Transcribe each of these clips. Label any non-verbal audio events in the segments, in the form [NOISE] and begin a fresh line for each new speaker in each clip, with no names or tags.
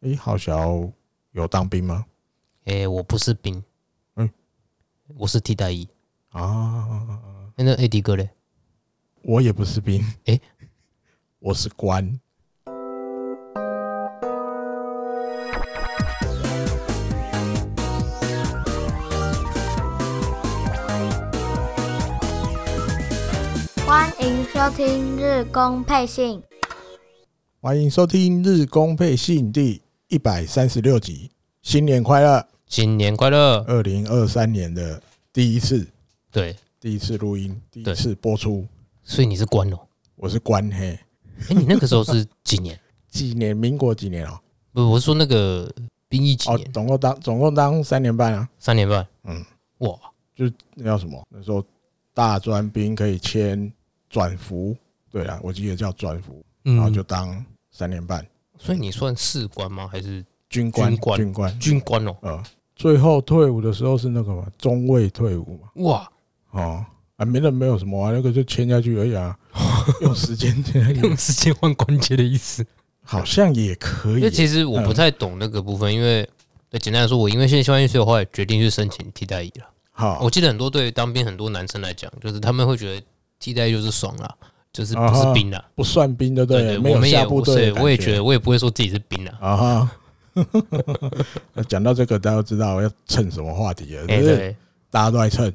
诶，好小有当兵吗？
诶、我不是兵，
嗯，
我是替代役。
啊，
诶那 AD 哥嘞？
我也不是兵，
诶
[LAUGHS] 我是官。
欢迎收听日工配信，
欢迎收听《日工配信》第一百三十六集，新年快乐！
新年快乐！
二零二三年的第一次，
对，
第一次录音，第一
对
次播出，
所以你是官哦、
我是官嘿。
诶、你那个时候是
[LAUGHS]
几年？
几年？民国几年哦？
不，我是说那个兵役几
哦
年？，
总共当总共当三年半啊。
三年半。
嗯，
哇，
就是那叫什么？那时候大专兵可以签转服，对啊，我记得叫转服，
嗯，
然后就当三年半
所以你算士官吗？还是
军官，
军官
军官，
军官哦、
呃，最后退伍的时候是那个嘛，中尉退伍嘛，
哇，
哦，啊，没那没有什么啊，那个就签下去而已啊，
[LAUGHS]
用时间签下去，
用时间换关节的
[LAUGHS]
意思。
好像也可
因
以
为，其实我不太懂那个部分，因为对简单来说，我因为现在校外所以我后来决定去申请替代役了。
好
我，记得很多对于当兵很多男生来讲，就是他们会觉得替代役就是爽啦，就是
啊
不是兵啦。
不算兵的
对
没
我
有
们
下
也
部
不
队
是，
的感觉，
我也觉得我也不会说自己是兵啦。
啊哈。 [LAUGHS] 那讲到这个，大家都知道要蹭什么话题了，
哎，
就是
对，
大家都在蹭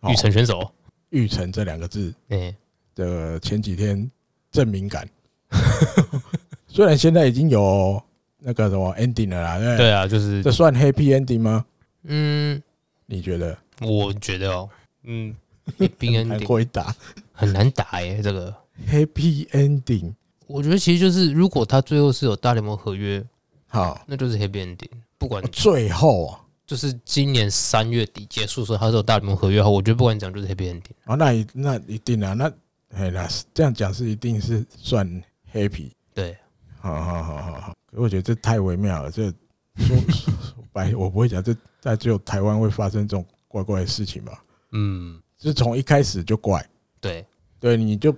哦
育成选手，
“育成”这两个字
哎，
的前几天正敏感， [LAUGHS] 虽然现在已经有那个什么 ending 了啦，对不哎对
对啊，就是
这算 happy ending 吗？
嗯，
你觉得？
我觉得哦，
[LAUGHS]
嗯，兵
难
ending
回答
很难打耶，这个
happy ending，
我觉得其实就是如果他最后是有大联盟合约，
好，
那就是 happy ending，不管
最后啊，
就是今年三月底结束的时候，他是有大联盟合约后，我觉得不管怎样就是 happy ending。
哦，那一那一定啊，那哎那是这样讲是一定是算 happy，
对，
好好好好好，可我觉得这太微妙了，这说 [LAUGHS] 说白我不会讲，这在只有台湾会发生这种怪怪的事情吧？
嗯，
就是从一开始就怪。
对
对，你就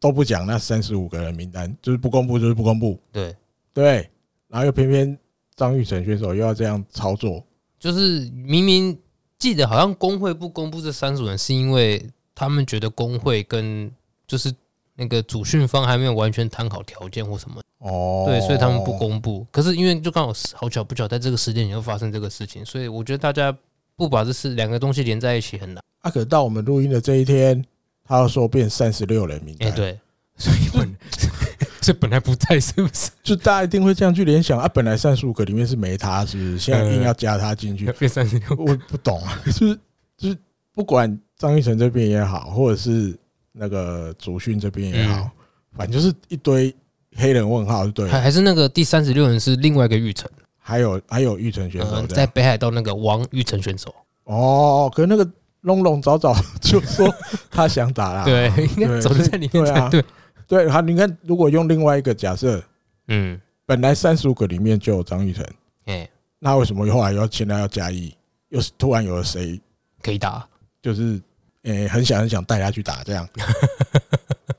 都不讲那三十五个人名单，就是不公布，就是不公布，
对，
对。然后又偏偏张玉成选手又要这样操作，
就是明明记得好像工会不公布这三组人，是因为他们觉得工会跟就是那个主训方还没有完全谈好条件或什么，
哦，
对，所以他们不。公布。可是因为就刚好好巧不巧，在这个时间点又发生这个事情，所以我觉得大家不把这事两个东西连在一起很难。
啊，可到我们录音的这一天，他要说变三十六人名
哎、
单，，
对，所以本 [LAUGHS] 所以本来不在，是不是？
就大家一定会这样去联想啊。本来三十五个里面是没他，是不是？
呃
现在硬要加他进去，
变三十六
我不懂啊， [LAUGHS] 就是就是不管张玉成这边也好，或者是那个祖训这边也
嗯
好，反正就是一堆黑人问号，就对了。
还还是那个第三十六人是另外一个玉成，
还有还有玉成选手
呃，
这
在
样
北海道那个王玉成选手，
哦，可是那个龙龙早 [LAUGHS] 早就说他想打啦，
啊对，应该走在里面
对啊
才对。
对，好，你看如果用另外一个假设，
嗯，
本来三十五个里面就有张玉成，
哎，
那为什么后来要现在要加一，又是突然有了谁
可以打，
就是诶、很想很想带他去打这样，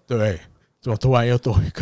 对，怎么突然又多一个？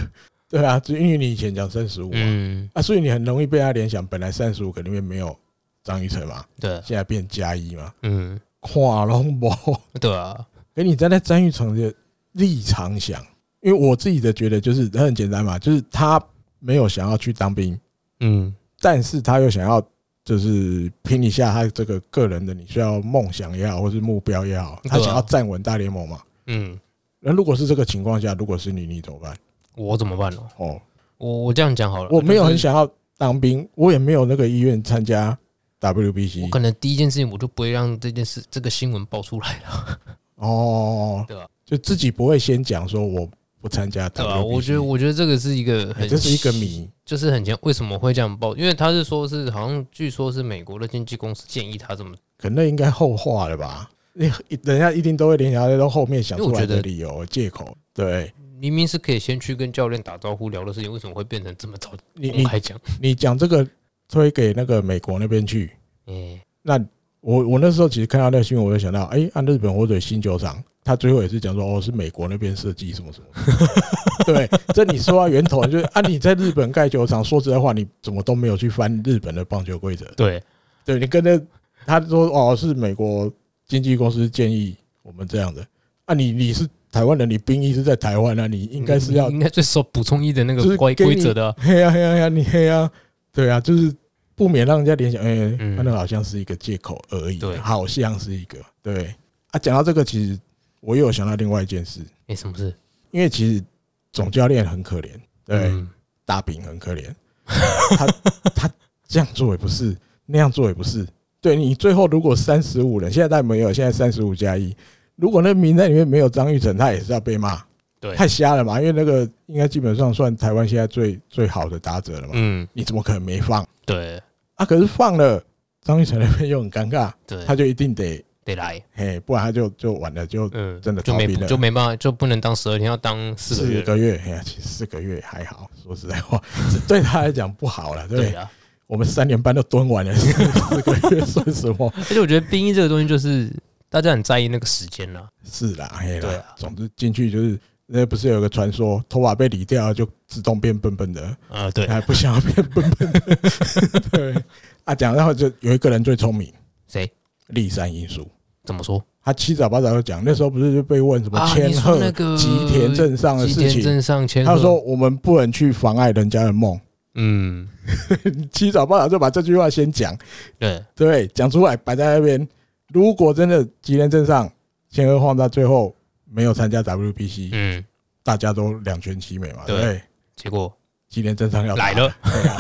对啊，就因为你以前讲三十五嘛，
嗯，
啊，所以你很容易被他联想，本来三十五个里面没有张玉成嘛，
对，
现在变加一嘛，
嗯，
跨龙博。
对啊，
给你站在詹玉成的立场想，因为我自己的觉得就是他很简单嘛，就是他没有想要去当兵，
嗯，
但是他又想要就是拼一下他这个个人的，你需要梦想也好，或是目标也好，
对啊
他想要站稳大联盟嘛。
嗯，
那如果是这个情况下，如果是你，你怎么办？
我怎么办哦？
哦，
我我这样讲好了，
我没有
就是
很，想要当兵，我也没有那个意愿参加
我
WBC
可能第一件事情我就不会让这件事这个新闻爆出来了，
[LAUGHS] 哦
对啊，
就自己不会先讲说我不参加 WBC，
对吧？我觉得我觉得这个是一个
哎
很
这是一个谜。
就是很前为什么会这样报？因为他是说是好像据说是美国的经纪公司建议他这么，
可能应该后话了吧？你人家一定都会联想到后面想出来的理由、借口。对
明明是可以先去跟教练打招呼聊的事情，为什么会变成这么早
你，
公
你
开
[LAUGHS]
讲？
你讲这个推给那个美国那边去，
哎、
那我我那时候其实看到那个新闻，我就想到，哎、按日本火腿新球场他最后也是讲说，哦，是美国那边设计什么什 [LAUGHS] 么。对，这你说到源头就是啊，你在日本盖球场，说实在话，你怎么都没有去翻日本的棒球规则。
对，
对你跟那他说哦，是美国经纪公司建议我们这样的。啊你，你是台湾人，你兵役是在台湾啊，你应该是要
应该最少补充一的那
就是
个规
给你
规则的啊，
黑啊黑啊黑啊，你黑啊，对啊，就是不免让人家联想，哎、
嗯
那好像是一个借口而已，
对
好像是一个，对啊。讲到这个，其实我又有想到另外一件事，
没哎什么事。
因为其实总教练很可怜，对，
嗯
大饼很可怜，他他这样做也不是，那样做也不是。对你最后如果三十五人，现在但没有，现在三十五加一，如果那名单里面没有张玉成，他也是要被骂，
对
太瞎了嘛，因为那个应该基本上算台湾现在最最好的打者了嘛，
嗯，
你怎么可能没放
对
啊？可是放了，张玉成那边又很尴尬，
对，
他就一定得
得来，
嘿，不然他就就完了，就
嗯，
真的
就
逃
没
兵了
就没办法，就不能当十二天，要当四个
四
月。
个月，哎呀，其实四个月还好，说实在话， [LAUGHS] 这对他来讲不好了，对不对
对？啊，
我们三年班都蹲完
[LAUGHS]
了，四个月算什么？
而且我觉得兵役这个东西就是大家很在意那个时间啊啦，
是啦，嘿
对
啦
啊，
总之进去就是，那不是有个传说，头发被理掉就自动变笨笨的，
啊，对，
还不想要变笨笨的。 [LAUGHS] 对啊，讲然后就有一个人最聪明，
谁
立山因素。
怎么说？
他七早八早就讲，那时候不是就被问什么
啊
千
你说
鹤
那个
吉田镇上的
吉
事
田
情，
镇上千
他
鹤，
说我们不能去妨碍人家的梦。
嗯，
七早八早就把这句话先讲，
对，
对，讲出来摆在那边。如果真的吉田镇上千鹤晃到最后没有参加 WBC，、
嗯，
大家都两全其美嘛，对
对
不对？
结果
吉田镇上要打
来，了，
对啊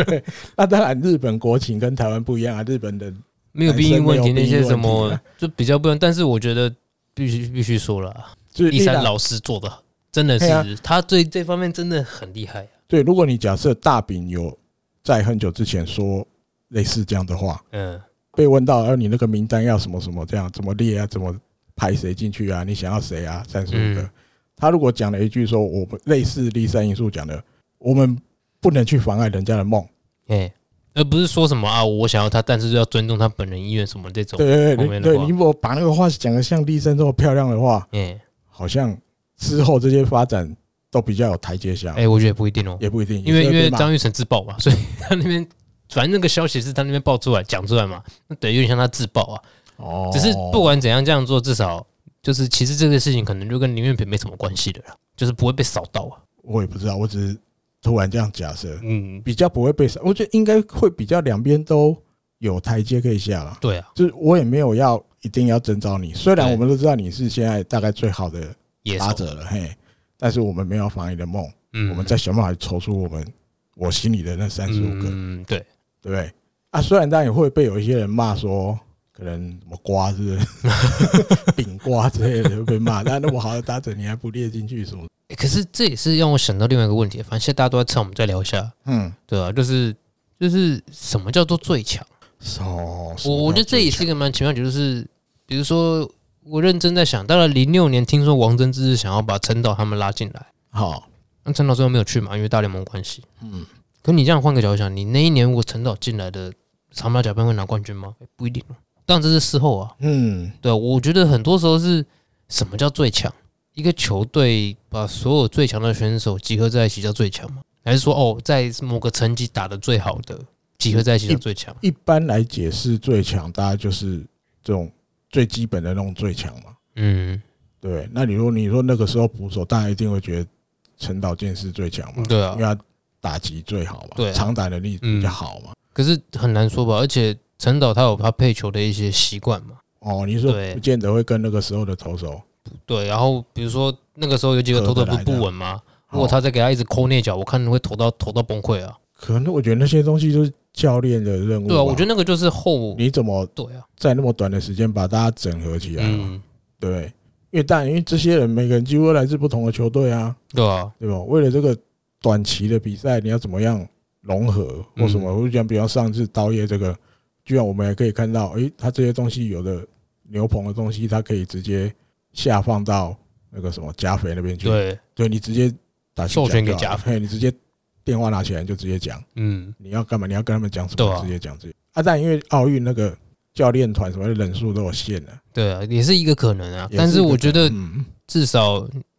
[LAUGHS] 对。那当然，日本国情跟台湾不一样啊，日本的
没有兵役问题那些
男
什
生没有兵役问题
么
啊
就比较不一样，但是我觉得必须必须说了啊，
就是
第三老师做的真的
对啊
是他对这方面真的很厉害，啊
对，如果你假设大饼有在很久之前说类似这样的话，
嗯，
被问到，呃而你那个名单要什么什么这样，怎么列啊，怎么排谁进去啊，你想要谁啊，三十五个
嗯。
他如果讲了一句说，我们类似立三因素讲的，我们不能去妨碍人家的梦，
哎，而不是说什么啊，我想要他，但是要尊重他本人意愿什么这种，
对对
后
对
面的
对，
话
你如果把那个话讲的像立三这么漂亮的话，
哎
好像之后这些发展都比较有台阶下，
哎，我觉得不一定哦，
也不一定，
因为
也是
因
会
为
被骂
张玉成自爆嘛， [LAUGHS] 所以他那边反正那个消息是他那边爆出来讲出来嘛，那等于有点像他自爆啊。
哦，
只是不管怎样这样做，至少就是其实这个事情可能就跟林月平没什么关系的啦，就是不会被扫到啊。
我也不知道，我只是突然这样假设，
嗯，
比较不会被，我觉得应该会比较两边都有台阶可以下啦。
对啊，
就是我也没有要一定要征召你，虽然
对
我们都知道你是现在大概最好的
也
打
是，
者了，嘿，但是我们没有防你的梦，
嗯，
我们再想办法抽出我们我心里的那三十五个，
嗯，对，
对不对？啊，虽然当然也会被有一些人骂说，可能什么瓜
[LAUGHS]
之类的饼瓜之类的会被骂，那那么好的打者你还不列进去什么？
诶可是这也是让我想到另外一个问题，反正现在大家都在唱，我们再聊一下，
嗯，
对啊，就是就是什么叫做最强？
哦，什
我
么
我觉得
叫
这也
最
是一个蛮奇妙的，就是比如说我认真在想，当然零六年听说王贞治是想要把陈导他们拉进来。
好，
那陈导最后没有去嘛，因为大联盟关系。
嗯，
可你这样换个角度想，你那一年如果陈导进来的长马甲班会拿冠军吗？不一定哦。当然这是事后啊，
嗯，
对啊，我觉得很多时候是什么叫最强？一个球队把所有最强的选手集合在一起叫最强吗？还是说哦，在某个层级打的最好的集合在一起叫最强？
一般来解释最强，大家就是这种最基本的那种最强嘛。
嗯，
对，那你说你说那个时候捕手，大家一定会觉得陈岛健是最强嘛，
对
因
啊
为。他打击最好嘛，
对啊
长打能力比较好嘛。
可是很难说吧，而且陈导他有他配球的一些习惯嘛。
哦，你说
嗯对
不见得会跟那个时候的投手，
对，然后比如说那个时候有几个
合
投
得
的不
来的
不稳嘛，如果他再给他一直抠内角，我看会投到投到崩溃啊！
可能我觉得那些东西就是教练的任务吧。
对啊，我觉得那个就是后
你怎么
对啊，
在那么短的时间把大家整合起来嘛？
嗯，
对不对，因为当然因为这些人每个人几乎都来自不同的球队啊，
对啊，
对吧？为了这个短期的比赛，你要怎么样融合或什么？
嗯
我就讲，比方上次刀业这个，居然我们也可以看到，诶，它这些东西有的牛棚的东西，它可以直接下放到那个什么加肥那边去，
对，
对你直接打去
授
讲
权
就
给
好了
加肥
嘿，你直接电话拿起来就直接讲，
嗯，
你要干嘛？你要跟他们讲什
对
么？
啊
直接讲这些啊。但因为奥运那个教练团什么的人数都有限的、
对啊，也是一个可能啊。
也是一个
但是我觉得
嗯，
至少，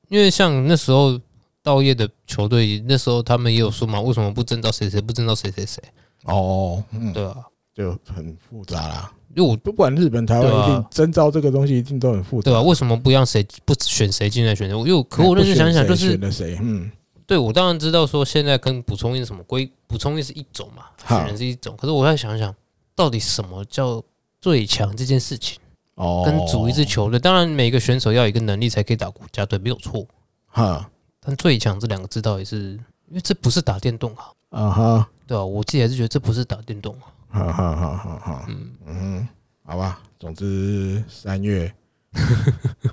因为像那时候道业的球队，那时候他们也有说嘛，为什么不征召谁谁，不征召谁谁谁，
哦，嗯，
对啊，
就很复杂啦。
因为我
不管日本、台湾，
对啊
一定征招这个东西一定都很复杂。
对啊，为什么不让谁不选谁进来选谁？因为我可
哎
我
不
认真
选
想想，
谁
就是
选了谁，嗯，
对我当然知道说现在跟补充印是什么规，补充印是一种嘛，
好
选人是一种，可是我要想想，到底什么叫最强这件事情，
哦，
跟组一支球队，当然每个选手要有一个能力才可以打国家队，没有错。
哈
但最强这两个字到底是因为这不是打电动啊，
啊哈，
对啊，我自己还是觉得这不是打电动啊。
哈哈哈哈哈，嗯，好吧，总之三月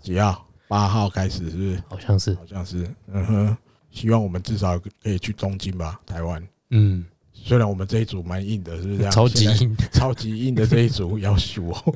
几号？八号开始是不是？
好像是，
好像是，嗯哼，希望我们至少可以去东京吧，台湾。
嗯，
虽然我们这一组蛮硬的，是不是这样？
超级硬，
超级硬的这一组要输哦，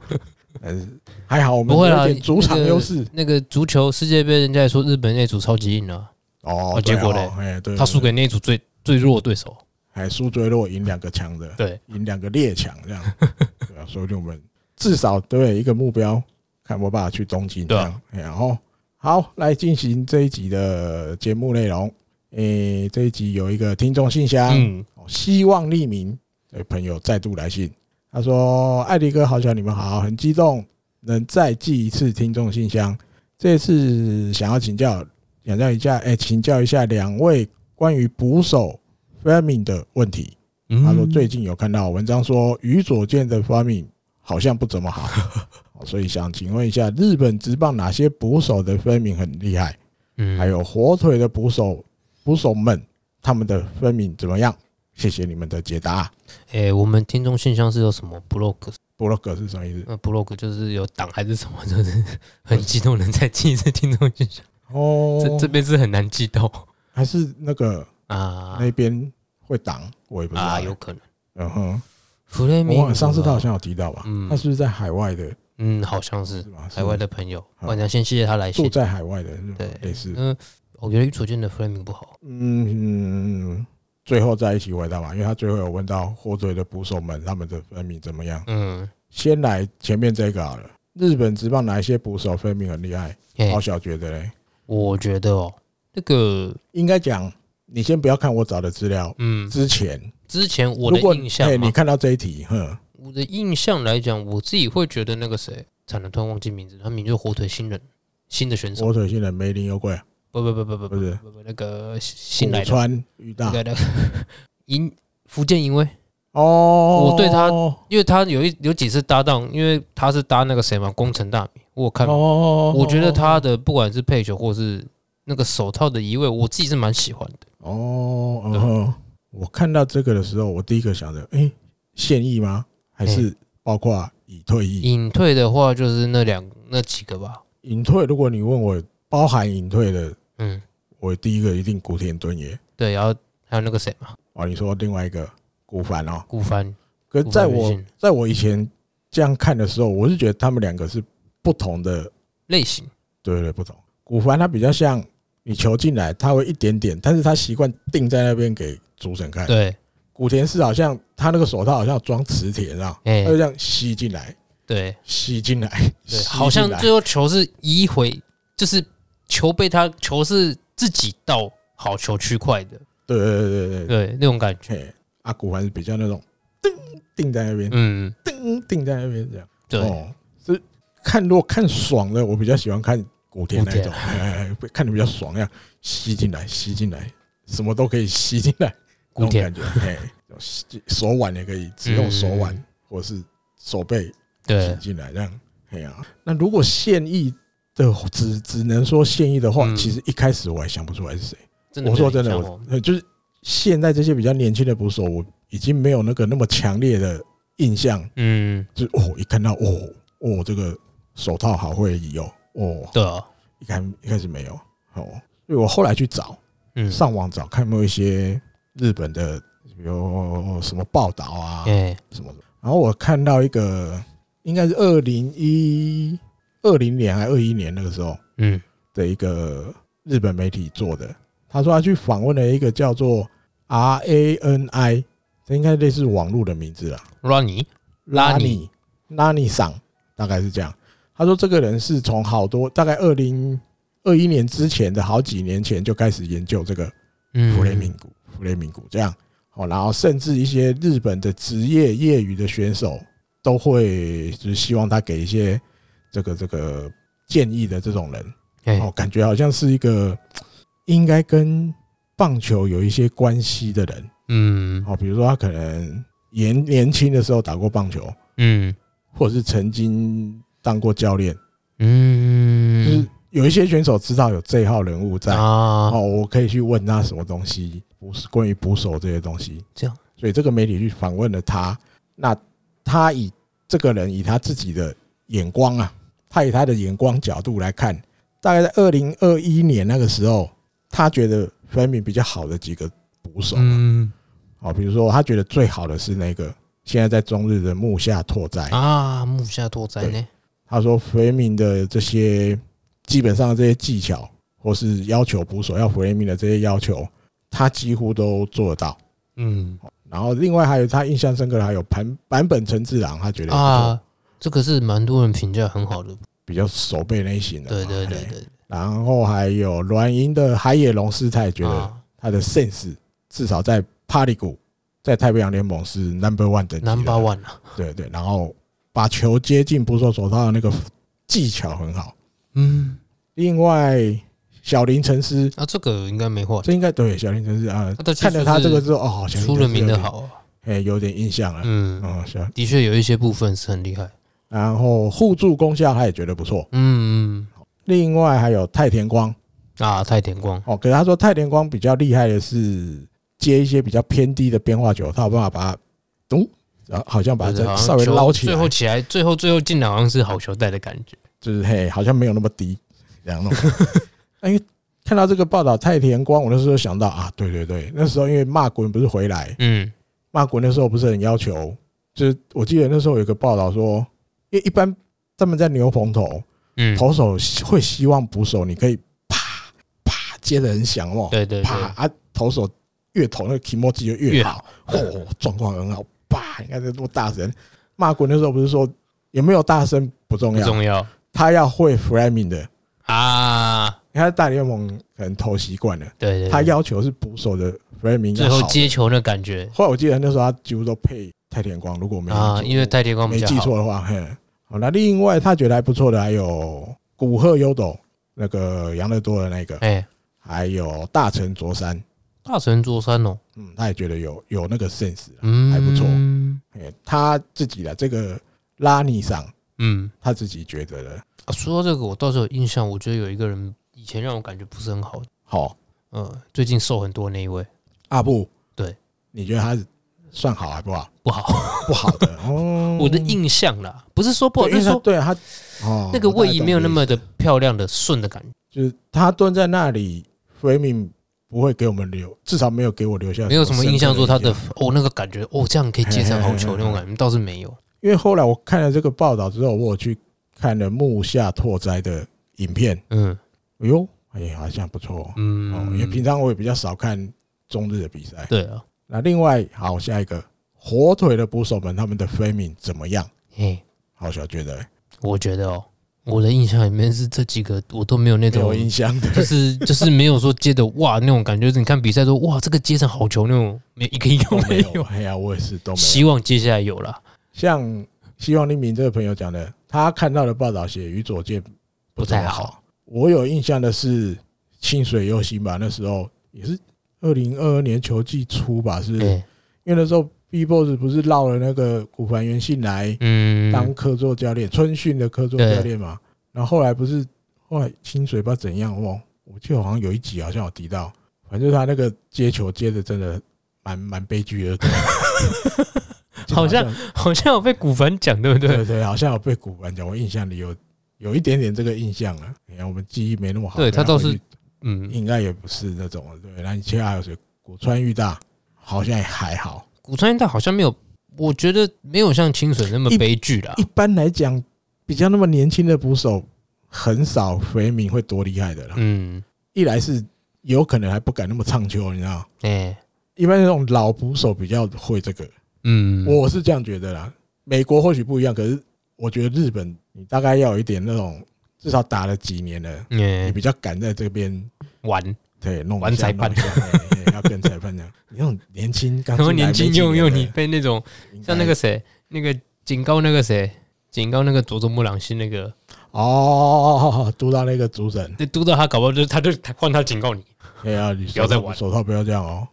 但是还好我们
不会
有
啦
点主场
那个
优势
[LAUGHS] 那个足球世界杯，人家也说日本那组超级硬啊，
哦。
结果
对
嘞
哦哎，对，
他输
对
给那一组最最弱的对手。
还输最弱，赢两个强的，
对，
赢两个列强这样，
[LAUGHS]
对啊，所以我们至少对一个目标，看我爸去东京这
对啊
样，哎然后好来进行这一集的节目内容。诶，这一集有一个听众信箱，
嗯，
哦希望匿名的朋友再度来信，他说：“艾迪哥，好巧，你们好，很激动能再寄一次听众信箱。这次想要请教，请教一下，哎、请教一下两位关于捕手 farming 的问题。他
他
说最近有看到文章说，宇佐健的 farming 好像不怎么好，哦所以想请问一下，日本职棒哪些捕手的 farming 很厉害？
嗯
还有火腿的捕手捕手们，他们的分明怎么样？谢谢你们的解答。
诶、我们听众信箱是有什么 blog？
布洛格是什么意思？
那 blog 就是有党还是什么，就是 [LAUGHS] 很激动能再进一次听众信箱。
哦
这这边是很难记到
还是那个
[LAUGHS] 啊
那边会挡，我也不知道
啊，。有可能。
嗯哼，
弗雷
我
明
忘了，上次他好像有提到吧？
嗯
他是不是在海外的？
嗯，好像是
是吧？
海外
是
的朋友，
嗯
我想先谢谢他来
住
信。
在海外的，是吧
对
类似。
嗯，我觉得所见的弗雷明不好。
嗯，嗯最后在一起回答吧，因为他最后有问到火腿的捕手们他们的分明怎么样。
嗯，
先来前面这个好了。日本职棒哪一些捕手分明很厉害？
诶、
好小觉得嘞，
我觉得哦，那个
应该讲，你先不要看我找的资料，
嗯，
之前
之前我的
如果
印象啊
嘿
嘛
你看到这一题，哼，
我的印象来讲，我自己会觉得那个谁，惨了，突然忘记名字，他名字就是火腿新人，新的选手，
火腿新人梅林有贵，
不不不不不
不是
不不，那个新来
古
的，
川裕
那
大
个那个 [LAUGHS] 银福建银威，
哦，
我对他因为他有一有几次搭档，因为他是搭那个谁嘛，工程大米，我有看，
哦，
我觉得他的不管是配球或是那个手套的移位，我自己是蛮喜欢的。
哦，然
嗯
后我看到这个的时候，我第一个想着，哎，现役吗？还是包括已退役？
嗯隐退的话就是那两那几个吧，
隐退，如果你问我包含隐退的，
嗯，
我第一个一定古田敦也。
对，然后还有那个谁嘛，
哦，你说另外一个古凡哦，
顾帆，
可是在
古凡
我
远信
在我以前这样看的时候，我是觉得他们两个是不同的
类型，
对对对，不同。古凡他比较像你球进来，他会一点点，但是他习惯定在那边给主审看。
对，
古田是好像他那个手套好像有装磁铁，啊，
哎
他就这样吸进来，
对。
吸进来，吸
对，
进来
好像最后球是移回，就是球被他球是自己到好球区块的，
对对对对对。
对那种感觉。
嘿，啊，古凡是比较那种定定在那边，
嗯，
定定在那边这样。
对，
哦，是看如果看爽的，我比较喜欢看古田那
古
种，哎哎哎看的比较爽那样，吸进来，吸进来，什么都可以吸进来。
古
那
田，
种感觉，哎，手手腕也可以，只用手腕、
嗯
或是手背挤
对，
进来这样。哎呀、那如果现役的只只能说现役的话，
嗯
其实一开始我还想不出来是谁。
真的
我
没有
说真
印
的，
象
我
哦，
呃就是现在这些比较年轻的捕手，我已经没有那个那么强烈的印象，
嗯，
就是哦，一看到哦哦这个手套好会移哦，哦，
对啊，
一开一开始没有哦，所以我后来去找，
嗯，
上网找看有没有一些日本的，比如什么报道啊
哎，
什么的。然后我看到一个，应该是二零一二零年还二一年那个时候
嗯，
的一个日本媒体做的，他说他去访问了一个叫做 R A N I，这应该类似网络的名字啦，
拉尼，拉尼
尼 Nani 桑，大概是这样。他说这个人是从好多大概二零二一年之前的好几年前就开始研究这个
嗯
弗雷明谷，弗雷明谷这样哦，然后甚至一些日本的职业业余的选手都会就是希望他给一些这个这个建议的这种人
哎
哦，感觉好像是一个应该跟棒球有一些关系的人
嗯
哦，比如说他可能年年轻的时候打过棒球，
嗯
或者是曾经当过教练，就
嗯，
是有一些选手知道有这一号人物在，
啊，
哦，我可以去问他什么东西，不是关于捕手这些东西。
这样，
所以这个媒体去访问了他，那他以这个人以他自己的眼光啊，他以他的眼光角度来看，大概在二零二一年那个时候，他觉得 f l e m i n 比较好的几个捕手啊，
嗯
哦，比如说他觉得最好的是那个现在在中日的木下拓哉，
啊，木下拓哉呢？
他说 f l e m i n 的这些基本上的这些技巧，或是要求捕手要 f l e m i n 的这些要求，他几乎都做得到。
嗯
然后另外还有他印象深刻的还有版版本陈志郎，他觉得也不错
啊，这个是蛮多人评价很好的，
比较手背类型的嘛。
对对对
嘿。
对，
然后还有软银的海野龙师，他也觉得
啊
他的 sense 至少在帕里谷，在太平洋联盟是 number one 等级的
number one 啊，
对对，然后把球接近捕手手套的那个技巧很好。
嗯
另外，小林沉思，
啊，这个应该没话，
这应该对小林沉思啊
他的，技术
看了他这个之后，哦，小林
出
沉
了
思
名
有
的
点，
好啊，
哎，有点印象了。
嗯，
嗯，行。
的确有一些部分是很厉害，
然后互助功效他也觉得不错。
嗯
另外还有太田光
嗯啊，太田光，
哦，可是他说太田光比较厉害的是接一些比较偏低的变化球，他有办法把它咚，然后好像把
就是
它
好像
稍微
球
捞起
最后
来，
起来，最后最后进来好像是好球带的感觉，
就是嘿，好像没有那么低这
[LAUGHS]
样弄。那因为看到这个报道太田光，我那时候想到啊，对对对，那时候因为骂滚不是回来，
嗯
骂滚那时候不是很要求，就是我记得那时候有一个报道说，因为一般他们在牛棚头，
嗯，
投手会希望捕手你可以啪啪接的很响哦，
对对对，
啪啊，投手越投那个 k i m o j i 就越
越
好
好，
哦，状况很好，啪，你看这多大声！骂滚的时候不是说有没有大声不重
不
要，
重要
他要会 framing 的，
啊，
你看大联盟可能投习惯了，
对对对，
他要求是捕手的 framing
最
要
后
好。
接球那感觉
后来我记得那时候他几乎都配太田光，如果我没
啊，因为太田光比
没
较
记
好，
错的话，嘿，好，那另外他觉得还不错的还有古贺优斗，那个杨乐多的那个，
哎，
还有大城卓山，
大神卓山哦，
嗯，他也觉得有有那个 sense，啊
嗯，
还不错
嗯
嘿他自己的这个拉尼上，
嗯、
他自己觉得的
啊说到这个，我倒是有印象，我觉得有一个人以前让我感觉不是很好，
好
呃，最近瘦很多那一位
阿布，
对，
你觉得他算好还不好？
不好， [LAUGHS]
不好的， [LAUGHS] 哦，
我的印象啦，不是说不好，
对，
就
因为
是
他
说
对他哦，
那个位移没有那么
我大概懂你的意
的漂亮的顺的感觉，
思，就是他蹲在那里，framing 不会给我们留，至少没有给我留下
没有什么
深刻
印象说他的
印象
哦那个感觉哦这样可以接上好球那种感觉倒是没有，
因为后来我看了这个报道之后，我有去看了木下拓哉的影片，
嗯
哎呦，哎，好像不错哦。哦，因为平
嗯，
常我也比较少看中日的比赛。
对啊，
那另外，好，下一个火腿的捕手们，他们的 framing 怎么样？
嘿，
好，小觉得
我觉得哦，我的印象里面是这几个我都没有那
没有
种
印象的，
就是就是没有说接的哇那种感觉，就是你看比赛说哇这个接上好球那种，没一个一个
都
没
[LAUGHS] 没
有
有。。哎呀，我也是都没有。
希望接下来有啦，
像希望黎明这个朋友讲的，他看到的报道写与左健不怎么
不太
好。我有印象的是清水优心吧，那时候也是二零二二年球季初吧，是不是
对，
因为那时候 B Boss 不是绕了那个古凡元信来
嗯，
当客座教练，春训的客座教练嘛。然后后来不是后来清水不知道怎样哦，我记得好像有一集好像有提到，反正他那个接球接的真的蛮蛮悲剧
[LAUGHS]
的，
好像好像有被古凡讲对不
对
对？
对，好像有被古玩讲，我印象里有有一点点这个印象啊。你看我们记忆没那么好，
对他倒是
回去
嗯，
应该也不是那种对。那你其他还有谁？古川裕大好像也还好。
古川大好像没有，我觉得没有像清水那么
一
悲剧啦
一。般来讲，比较那么年轻的捕手，很少回民会多厉害的啦。
嗯，
一来是有可能还不敢那么唱秋，你知道。
哎，
一般那种老捕手比较会这个，
嗯，
我是这样觉得啦。美国或许不一样，可是我觉得日本你大概要有一点那种，至少打了几年了，你
嗯，
比较敢在这边
玩，
对弄一
玩
下
裁判
弄一下嘿嘿要跟裁判这样，你那种年轻刚
[LAUGHS] 然后
进来
年轻
没几哎
又
年
又
的
你被那种
应该
像那个谁，那个警告那个谁，警告那个佐佐木朗希那个，
哦，读到那个主审，
那督到他搞不好就是他就他换他警告你，
哎呀，你手套
不要啊再玩
手套不要这样哦。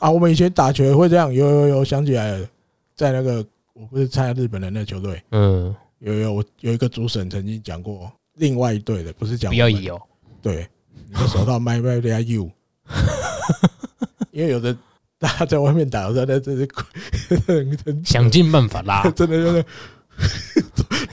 啊，我们以前打球也会这样，有有有，想起来了，在那个我不是参加日本人的球队，
嗯，
有有我有一个主审曾经讲过，另外一队的不是讲
不要
我们
移哦，
对，你的手套卖卖人家 you，因为有的大家在外面打的时候，那真是很很，
想尽办法拉
真的就是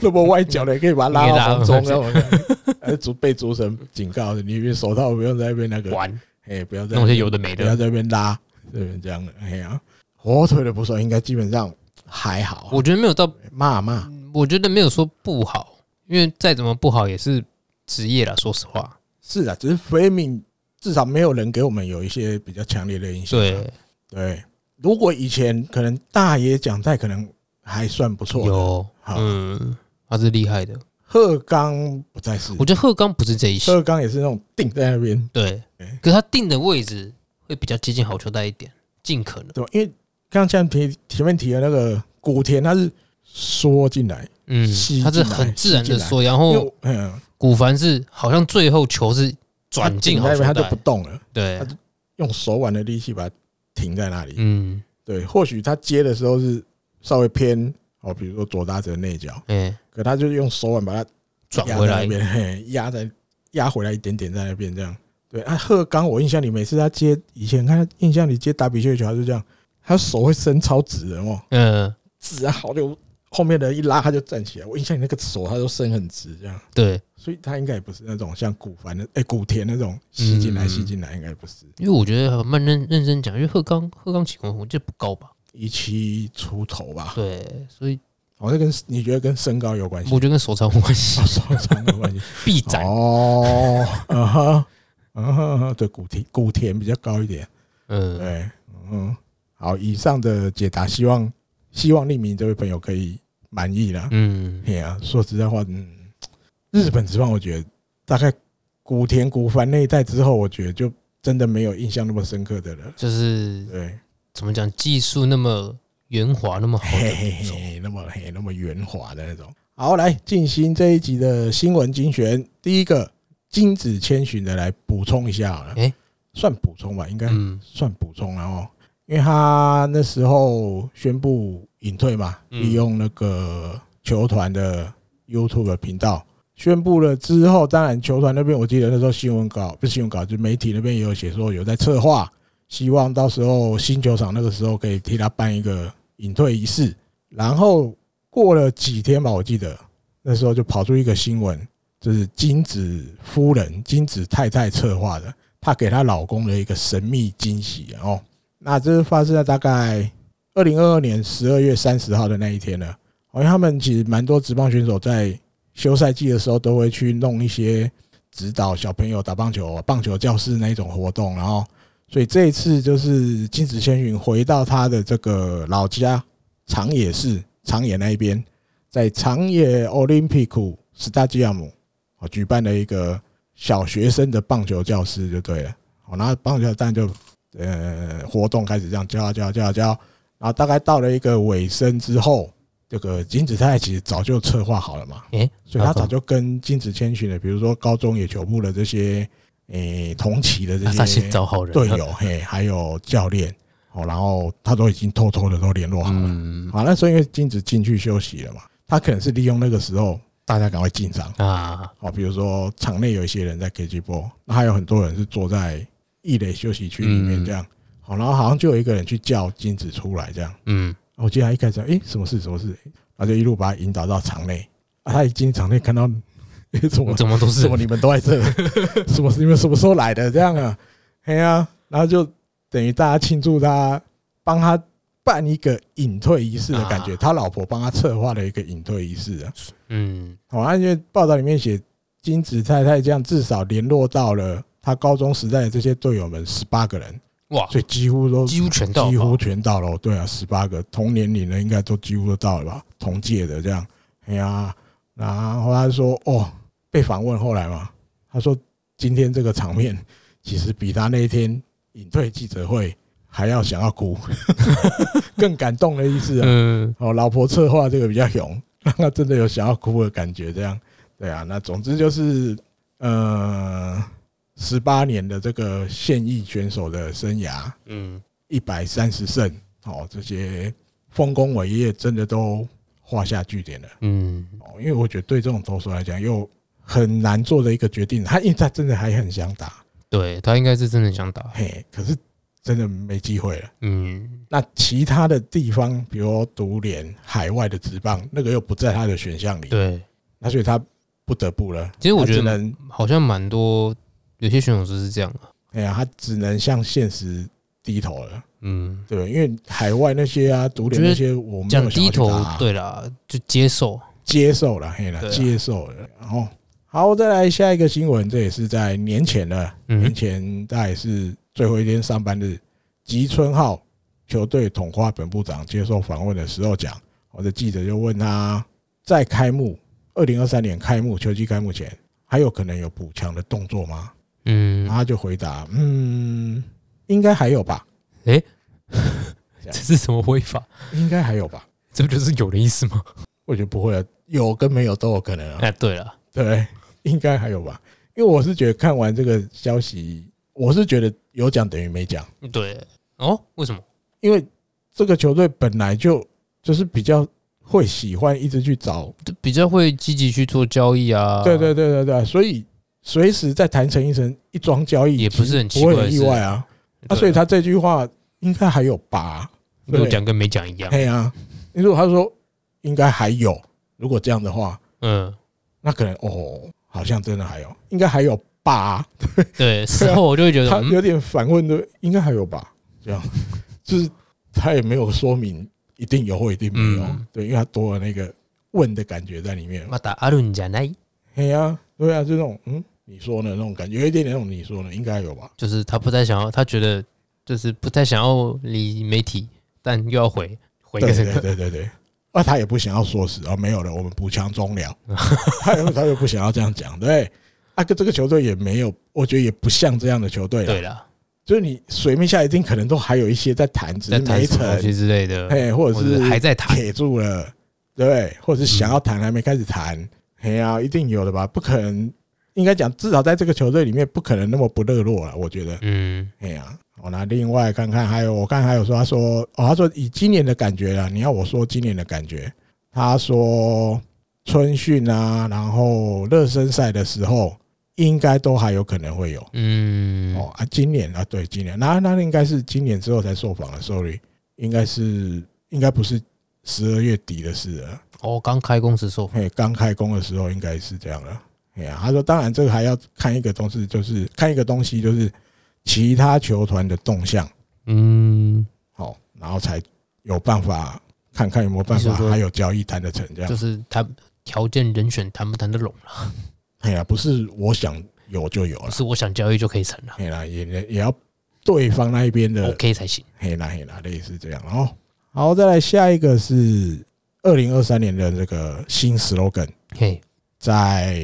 [LAUGHS] 那么歪脚的，可以把它拉到空中，然后还主被主审警告的，你手套不用在那边那个，
玩
哎，不要在那
弄些
边
有的没
不要
的。
在那边拉，这边这样的，哎呀，火腿的不算，应该基本上还好啊，
我觉得没有到，
骂骂，
我觉得没有说不好，因为再怎么不好也是职业啦，说实话，
是啊，只是 framing 至少没有人给我们有一些比较强烈的印象，
对，
对，如果以前可能大爷讲太可能还算不错的，
有，
好
嗯，他是厉害的。
鹤冈不再是，
我觉得鹤冈不是这一型，
鹤冈也是那种定在那边，
对
对，
可是他定的位置会比较接近好球带一点，尽可能，
对吧？因为刚刚像提前面提的那个古田，他是缩进来，
嗯
吸，
他是
进来
很自然
吸
的
进来
说，然
因为
后
我嗯，
古凡是好像最后球是转进
他
好
顶在那边他
球
就
带
不，动了，
对
他，用手腕的力气把它停在那里。
嗯，
对，或许他接的时候是稍微偏哦，比如说左打者内角，
哎，
可他就是用手腕把它
转
压
回
在那
来，
边，嘿，压在压回来一点点在那边这样。对啊，鹤刚我印象里每次他接以前看他印象里接打比球球，他就这样，他手会伸超直的哦，
嗯，
直啊好就后面的人一拉他就站起来。我印象里那个手他都伸很直这样，
对，
所以他应该也不是那种像古凡的哎、古田那种吸进来
嗯
吸进来，应该不是
因为我觉得慢认认真讲，因为鹤冈鹤冈起功我记得不高吧，
一七出头吧？
对，所以
好像哦跟你觉得跟身高有关系
我？觉得跟手长有关系
[LAUGHS] 啊，，手长有关系。
臂展，
哦，啊哈，啊哈，对，古田古田比较高一点。
嗯，
对，嗯，好，以上的解答，希望希望利民这位朋友可以满意啦。
嗯，
哎呀、说实在话，嗯，日本职棒我觉得大概古田古凡那一代之后，我觉得就真的没有印象那么深刻的了。
就是
对，
怎么讲，技术那么圆滑，那么好
嘿
的
嘿
捕手，
嘿，那么嘿那么圆滑的那种。好，来进行这一集的新闻精选。第一个金子千寻的来补充一下好了，
诶
算补充吧，应该
嗯
算补充了哦，因为他那时候宣布隐退嘛，
嗯
利用那个球团的 YouTube 频道宣布了之后，当然球团那边我记得那时候新闻稿不是新闻稿，就媒体那边也有写说有在策划，希望到时候新球场那个时候可以替他办一个隐退仪式。然后过了几天吧，我记得那时候就跑出一个新闻，就是金子夫人、金子太太策划的，她给她老公的一个神秘惊喜啊哦。那这是发生在大概二零二二年十二月三十号的那一天了。好像他们其实蛮多职棒选手在休赛季的时候都会去弄一些指导小朋友打棒球、棒球教室那一种活动，然后所以这一次就是金子千寻回到他的这个老家长野市长野那一边，在长野 Olympic s t a d i u 哦，举办了一个小学生的棒球教室就对了。好，然后棒球当然就呃活动开始这样教啊教啊教啊教啊，然后大概到了一个尾声之后，这个金子太太其实早就策划好了嘛，
哎，
所以他
然后
早就跟金子千寻的，比如说高中野球部的这些诶、同期的这
他他啊先
些
找好人
队友，
[LAUGHS]
嘿，还有教练，哦，然后他都已经偷偷的都联络好了。啊
嗯
好，那时候因为金子进去休息了嘛，他可能是利用那个时候大家赶快进场。
啊，
哦，比如说场内有一些人在 KG 波，那还有很多人是坐在一垒休息区里
嗯
面这样。好，然后好像就有一个人去叫金子出来这样。哦
嗯，
我记得他一开始，诶，什么事？什么事？然后就一路把他引导到场内。啊，他一进场内看到，诶，怎么
怎么都是
怎么你们都在这？什么？你们什么时候来的？这样啊？哎呀、然后就等于大家庆祝他，帮他办一个隐退仪式的感觉。
啊
他老婆帮他策划了一个隐退仪式啊。
嗯
好、啊，因为报道里面写金子太太这样至少联络到了他高中时代的这些队友们十八个人，
哇，
所以几乎都
几乎全到吧，
几乎全到了哦。对啊，十八个同年龄的应该都几乎都到了吧，同届的这样。哎哎呀，然后他说哦，被访问后来嘛，他说今天这个场面其实比他那一天隐退记者会还要想要哭， [LAUGHS] 更感动的意思啊。
嗯，
哦，老婆策划这个比较勇， [LAUGHS] 让他真的有想要哭的感觉，这样对啊。那总之就是呃，十八年的这个现役选手的生涯，
嗯，
一百三十胜，哦，这些丰功伟业真的都画下句点了。
嗯，
哦，因为我觉得对这种投手来讲，又很难做的一个决定。他因为他真的还很想打，
对他应该是真的想打，
嘿，可是真的没机会了。
嗯，
那其他的地方，比如独联、海外的职棒，那个又不在他的选项里，
对，
那所以他不得不了。
其实我觉得
他只能，
好像蛮多有些选手就是这样啊，
哎呀，他只能向现实低头了，
嗯，
对吧？因为海外那些啊，独联那些，我没
讲
有想
低
要去
头
打啊，
对啦，就接受，
接受了，嘿了，
对啊
接受了。然后，好，再来下一个新闻，这也是在年前了，年
嗯
前大概是最后一天上班日，吉村浩球队统花本部长接受访问的时候讲，我的记者就问他，在开幕二零二三年开幕球季开幕前，还有可能有补强的动作吗？
嗯
然后，他就回答，嗯，应该还有吧，
这是什么挥法？
应该还有吧。
这不就是有的意思吗？
我觉得不会啊，有跟没有都有可 [LAUGHS] 能啊。
哎，对了，
对，应该还有吧？因为我是觉得看完这个消息，我是觉得有讲等于没讲，
对，哦，为什么？
因为这个球队本来就就是比较会喜欢一直去找，
就比较会积极去做交易啊，
对对对对对，所以随时在谈陈奕晨一桩交易，
也不是很
其实不会
奇怪的
很意
事
外啊。
对
啊，所以他这句话应该还有吧？
有讲跟没讲一样，
对啊，你如果他说应该还有，如果这样的话，
嗯，
那可能哦，好像真的还有，应该还有吧？ [LAUGHS]
对，事后我就会觉得，
他
嗯
有点反问的，应该还有吧？这
[LAUGHS]
样就是他也没有说明一定有或一定没有，
嗯
对，因为他多了那个问的感觉在里面。
またあるんじゃない？
哎呀、对啊，就那种嗯，你说呢那种感觉，有一点点那种你说呢，应该有吧？
就是他不太想要，他觉得就是不太想要理媒体，但又要回回
对
个这
对
个，
对对对。那、他也不想要说是啊、没有了，我们补强中
[LAUGHS]
了。他又他又不想要这样讲，对。啊，跟这个球队也没有，我觉得也不像这样的球队了。
对啦，
就是你水面下一定可能都还有一些在谈，只
在
是
谈
没
什么东
成，
西之类的，
哎，或者
或
是
者还在谈，嗯
铁住了，对不对，或者是想要谈还没开始谈，哎呀、一定有的吧？不可能，应该讲至少在这个球队里面不可能那么不热络了，我觉得，
嗯，
哎呀、我拿另外看看，还有我看还有说，他说哦，他说以今年的感觉啊，你要我说今年的感觉，他说春训啊，然后热身赛的时候，应该都还有可能会有。
嗯，
哦啊，今年啊，对，今年那那应该是今年之后才受访了，sorry，应该是应该不是十二月底的事了，
哦，刚开工时说，
嘿，刚开工的时候应该是这样了。哎呀、他说，当然这个还要看一个东西，就是看一个东西，就是其他球团的动向，
嗯，
哦，然后才有办法看看有没有办
你
法
是说
还有交易谈得成这
就
样。
是谈条件人选谈不谈得拢了，
哎呀、不是我想有就有
不
了，
是我想交易就可以成了
哎呀、也也要对方那一边的
啊，OK 才行，
黑啦黑啦，类似这样哦。好，再来下一个是二零二三年的这个新 slogan，
嘿，
在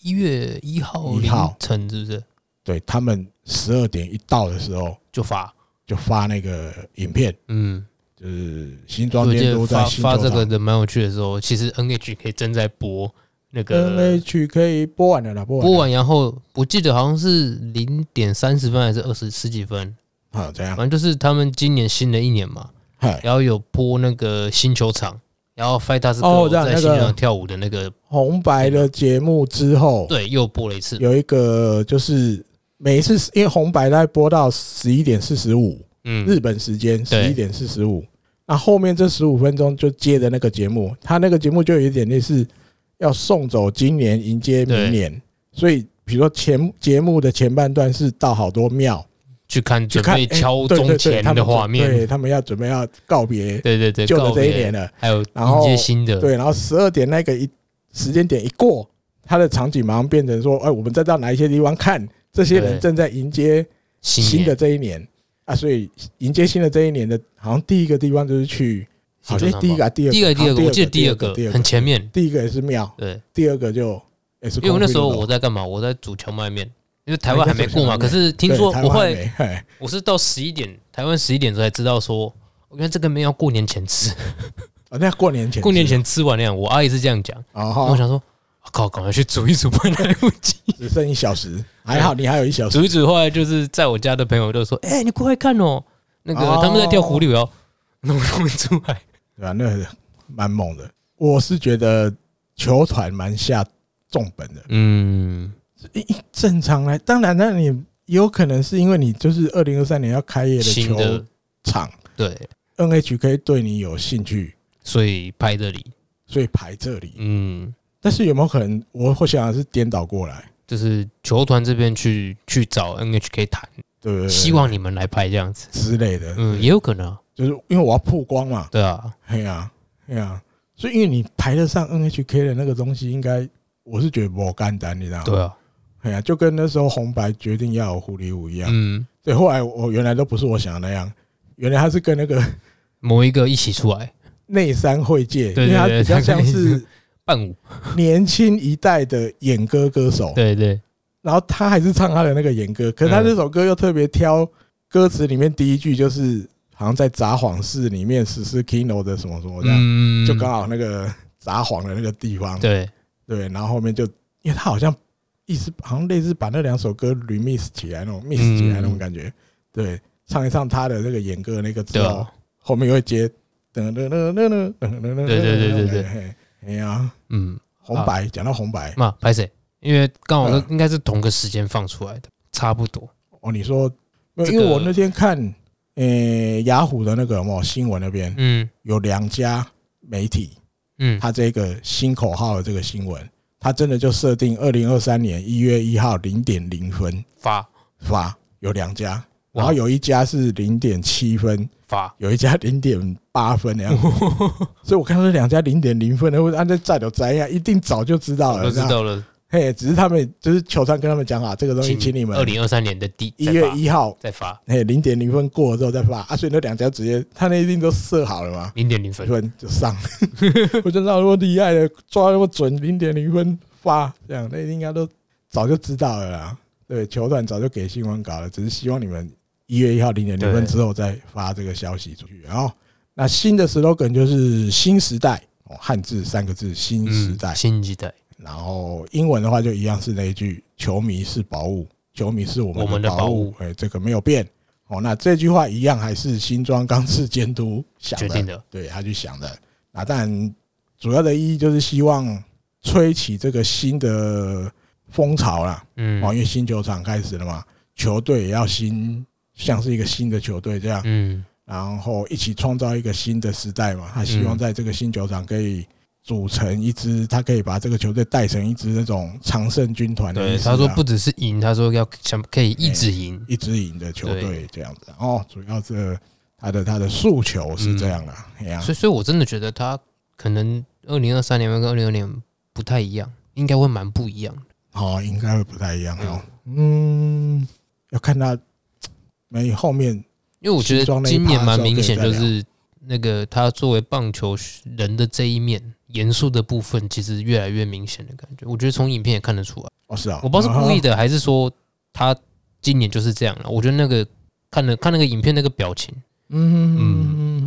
一月一号
1
凌
号
晨是不是
对他们十二点一到的时候
就发？
就发那个影片，
嗯，
就是新
所以
庄
我记
监
得
督
发
在新
发
球
这个
场
的蛮有趣的时候，其实 NHK 正在播那个
NHK 播完了啦，播完
播
了
完，然后我记得好像是零点三十分还是二十十几分，
啊，这
反
样，
正就是他们今年新的一年嘛，
嗨，
然后有播那个新球场，然后 Fight Us
哦我
Girl
知道
在
那个
新球场跳舞的那个，
红白的节目之后，
对，又播了一次，
有一个就是每一次因为红白在播到十一点四十五，
嗯
日本时间十
对
一点四十五。那后面这十五分钟就接着那个节目，他那个节目就有一点类似要送走今年，迎接明年。所以，比如说前节目的前半段是到好多庙
去看
去
准
看
备
哎
敲
对对
钟
对
前
他们
的
准
画
对
面，
他们要准备要告别
对对对，
旧
告
的这一
别
年，了。
还有
然后
迎接新的，
对，然后十二点那个一时间点一过，它的场景马上变成说，哎，我们再到哪一些地方看这些人
对
正在迎接
新
新的
年
这一年啊，所以迎接新的这一年的，好像第一个地方就是去
新球
诶
场
第一个，第二个，
第一个，第二个，
好
我记得第二个
第二
很
个，
前面。
第一个也是庙，
对，
第二个就也是。
因为那时候我在干嘛？我在煮荞麦面，
哦
因为台湾还没过嘛。
对
可是听
对
说
台
我
湾
后
还
来
没嘿
我是到十一点，台湾十一点的时候才知道说，哦原来这个面要过年前吃，
啊，那过年前，
过年前吃完那样。我阿姨是这样讲，
啊
我
哈，
想说，啊靠，赶快去煮一煮，不然来不及。
只剩一小时，还好你还有一 [LAUGHS] 小时。
煮一煮，后来就是在我家的朋友就说：“哎、你过来看哦，那个、
哦
他们在跳狐狸哦， [LAUGHS] 弄弄出来。
对啊，那个蛮猛的。我是觉得球团蛮下重本的”，
嗯，
正常来，当然，那你也有可能是因为你就是二零二三年要开业的
新
球
的
场
对，
，NHK 对你有兴趣，
所以拍这里，
所以排这里。
嗯，
但是有没有可能，我会想的是颠倒过来，
就是球团这边去去找 NHK 谈，
对不对？
希望你们来拍这样子，
之类的，
嗯，也有可能啊、
就是因为我要曝光嘛，
对啊，
哎呀，哎呀，所以因为你排得上 NHK 的那个东西，应该我是觉得不简单，你知道吗？
对，啊，
哎呀，就跟那时候红白决定要有狐狸舞一样，
嗯，
对，后来我原来都不是我想的那样，原来他是跟那个
某一个一起出来
内山会界，
对
因为他
对对
比较像是
伴舞，
年轻一代的演歌歌手，
对嗯对，
然后他还是唱他的那个演歌，可是他这首歌又特别挑歌词里面第一句就是好像在札幌市里面实施 Kino 的什么什哦么这样，
嗯
就刚好那个札幌的那个地方，
对，
对，然后后面就因为他好像意思好像类似把那两首歌 remix 起来那种 mix 起来那
嗯
种感觉，对，唱一唱他的那个演歌的那个之
对
后
啊，
后面又会接噔噔噔噔噔噔噔噔，
对对对对对
嘿，哎呀，
嗯，
红白讲到红白
嘛，拍谁？因为刚好
嗯
应该是同个时间放出来的，差不多，
哦，你说，没有
这
因为
个
我那天看呃雅虎的那个哦新闻那边
嗯
有两家媒体，
嗯，
他这个新口号的这个新闻，他真的就设定二零二三年一月一号零点零分
发
发，有两家，
哇
然后有一家是零点七分，
发，
有一家零点八分那样 [LAUGHS] 子，所以我看到这两家零点零分的，我按照再有摘呀，一定早就知道
我
了，
都知
这样，
道了。
嘿，只是他们就是球探跟他们讲啊，这个东西请你们
二零二三年的第
一月一号，
再发
嘿，零点零分过了之后再发啊，所以那两家直接他那一定都设好了嘛，
零点零分，
分就上， [LAUGHS] 我就那么厉害的抓那么准零点零分发，这样那应该都早就知道了啦。对，球团早就给新闻稿了，只是希望你们一月一号零点零分
对
之后再发这个消息出去。然后，那新的 slogan 就是新时代哦，汉字三个字新时代。
嗯新时代，
然后英文的话就一样是那一句“球迷是宝物，球迷是我
我们
们
的
的
宝
宝物”，哎，这个没有变。哦，那这句话一样还是新庄钢制监督想
决定的
对他去想的。那当然，主要的意义就是希望吹起这个新的风潮啦。
嗯
哦，因为新球场开始了嘛，球队也要新，像是一个新的球队这样，
嗯
然后一起创造一个新的时代嘛。他
嗯
希望在这个新球场可以组成一支，他可以把这个球队带成一支那种常胜军团的意
对，
思啊。
他说不只是赢，他说要想可以一直赢，
一支赢的球
对
队这样子。哦，主要是他的他的诉求是这样啦，哎呀、
所以所以我真的觉得他可能二零二三年跟二零二年不太一样，应该会蛮不一样的。
哦，应该会不太一样哦。嗯，要看他没后面
因为我觉
西
得
装那一
今年
趴
蛮
的时候
明
可以
显，
再
就是那个他作为棒球人的这一面严肃的部分，其实越来越明显的感觉。我觉得从影片也看得出来。
哦是啊，
我不知道是故意
的，
的还是说他今年就是这样啊了。我觉得那个看了看那个影片那个表情，
嗯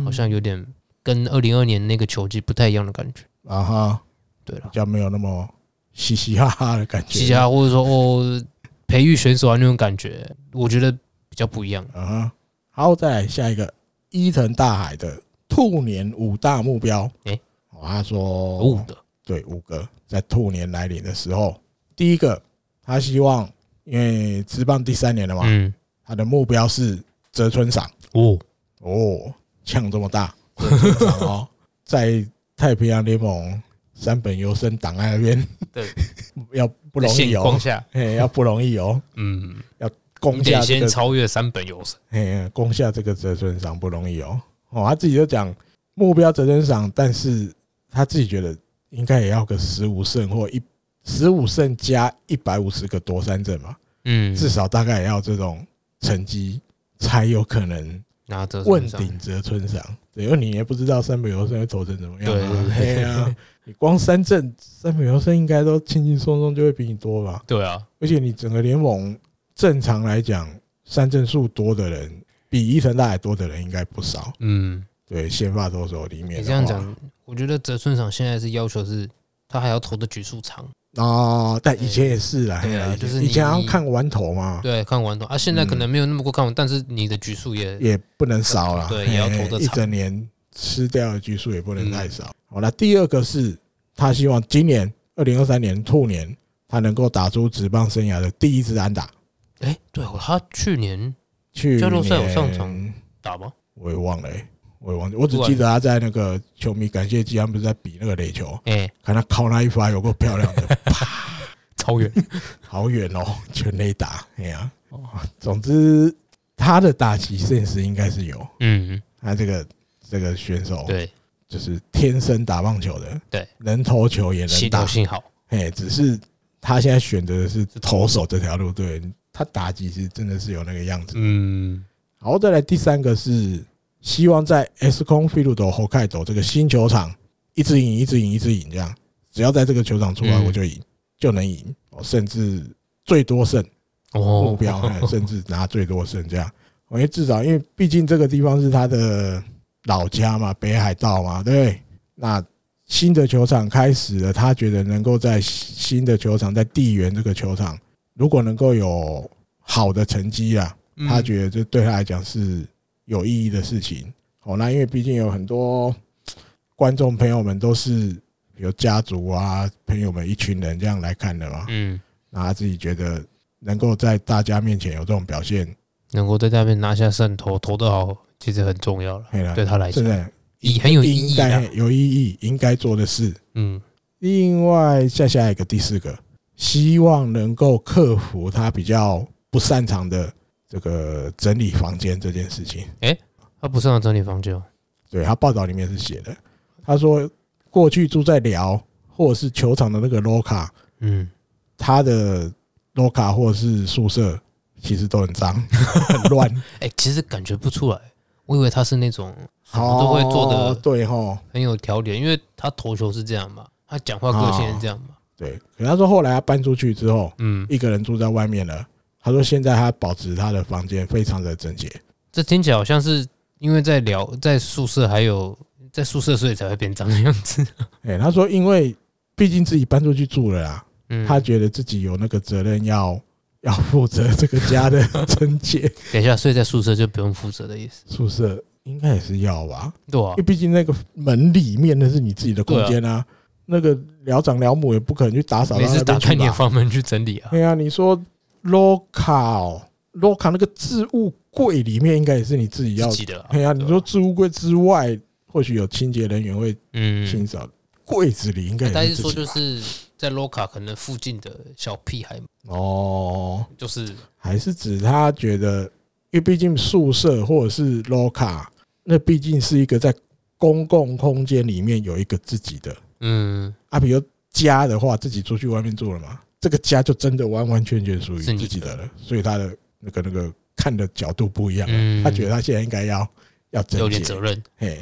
嗯，
好像有点跟二零二年那个球季不太一样的感觉。
啊哈，
对了
比，较没有那么嘻嘻哈哈的感觉，
嘻嘻哈哈或者说哦，培育选手啊那种感觉，我觉得比较不一样。
啊哈。好，再来下一个伊藤大海的兔年五大目标，
诶
哦他说
五的，
对，五个在兔年来临的时候，第一个，他希望因为职棒第三年了嘛，
嗯，
他的目标是泽村赏
哦，
哦，呛这么大， [LAUGHS] 折村赏哦，在太平洋联盟三本优生档案那边，
对，
[LAUGHS] 要不容
现
易
光
哦，
下，
嘿，要不容易
[LAUGHS]
哦，
嗯，
攻
得
下这
先
个
超越三本有神。
哎，攻下这个折损赏不容易哦。哦，他自己就讲目标折损赏，但是他自己觉得应该也要个十五胜或一十五胜加一百五十个夺三阵嘛，
嗯，
至少大概也要这种成绩才有可能
拿着
问
身上
鼎则村上，对，因为你也不知道三本游生会投成怎么样啊。
对
对啊，你光三阵三本游生应该都轻轻松松就会比你多吧？
对啊，
而且你整个联盟正常来讲，三振数多的人比伊藤大海多的人应该不少。
嗯，
对，先发投手里面
你
的
这样
话
讲，我觉得泽村赏现在是要求是，他还要投的局数长，
哦，但以前也是啦，
对
嘿啦
啊
以前
就是你
以前好像看完头嘛，
对，看完投啊，现在可能没有那么过看完，但是你的局数也
嗯也不能少啦，
对也要投得
嘿
长嗯
一整年吃掉的局数也不能太少。好了，第二个是他希望今年二零二三年兔年，他能够打出职棒生涯的第一支安打。
哎、对哦，他去年
去
加入赛有
年
上场打吗？
我也忘了、欸，我也忘记，我只记得他在那个球迷感谢季，他们不是在比那个垒球，
哎、
看他靠那一发有够漂亮的，
[LAUGHS] 超远，
好远哦，全垒打，哎呀、
哦
总之他的打击现实应该是有， [LAUGHS]
嗯，
他这个这个选手
对，
就是天生打棒球的，
对，
能投球也
协
能
调
打，
性好，
哎，只是他现在选择的是投手这条路，对他打击是真的是有那个样子，
嗯，
好，再来第三个是希望在 S 空飞鲁斗后盖斗这个新球场一直赢，一直赢，一直赢，这样只要在这个球场出来，
嗯
我就赢，就能赢，哦甚至最多胜目
哦， [LAUGHS]
标，哎甚至拿最多胜这样。哦因为至少，因为毕竟这个地方是他的老家嘛，北海道嘛，对不对。那新的球场开始了，他觉得能够在新的球场，在地缘这个球场，如果能够有好的成绩啊，
嗯
他觉得这对他来讲是有意义的事情。哦，那因为毕竟有很多观众朋友们都是有家族啊、朋友们一群人这样来看的嘛，
嗯，
那他自己觉得能够在大家面前有这种表现，
能够在那边拿下胜投，投得好，其实很重要了，
嘿啦
对他来
真
讲，
的
也很有意
哎应
义啊
该
的，
有意义，应该做的事。
嗯，
另外，下下一个第四个，希望能够克服他比较不擅长的这个整理房间这件事情。
他不擅长整理房间哦，
对他报道里面是写的，他说过去住在寮或者是球场的那个 loca，
嗯，
他的 loca 或者是宿舍其实都很脏很乱，
哎、其实感觉不出来，我以为他是那种 [LAUGHS] 什么都会做
哦
的
对吼，
很有条理，因为他投球是这样嘛，他讲话个性是这样嘛，
对。可他说后来他搬出去之后，
嗯，
一个人住在外面了。他说现在他保持他的房间非常的整洁，
这听起来好像是因为在聊在宿舍，还有在宿舍所以才会变脏的样子。
[LAUGHS] 哎、他说因为毕竟自己搬出去住了啦，
嗯，
他觉得自己有那个责任要要负责这个家的 [LAUGHS] 整洁，
等一下，所以在宿舍就不用负责的意思，
宿舍应该也是要吧。
对啊
因为，毕竟那个门里面那是你自己的空间啊，那个寮长寮母也不可能去打扫到
每次
那
打
边
开
去
你的
吧？
房门去整理啊，
对啊，你说 loca 哦，loca 那个置物柜里面应该也是你自己要
自。己的啊，
对啊，
对啊
你说置物柜之外，或许有清洁人员会清
嗯，
扫，柜子里应该
啊但
也
是
是
说
自己
就
吧
是在 Loca 可能附近的小屁孩，
哦，
就是
还是指他觉得，因为毕竟宿舍或者是 loca，那毕竟是一个在公共空间里面有一个自己的
嗯，
啊，比如家的话，自己出去外面住了嘛，这个家就真的完完全全属于
是你
自己的了，所以他的那个那个看的角度不一样了，
嗯
他觉得他现在应该要要
有
整
点
洁，
责任，
嘿，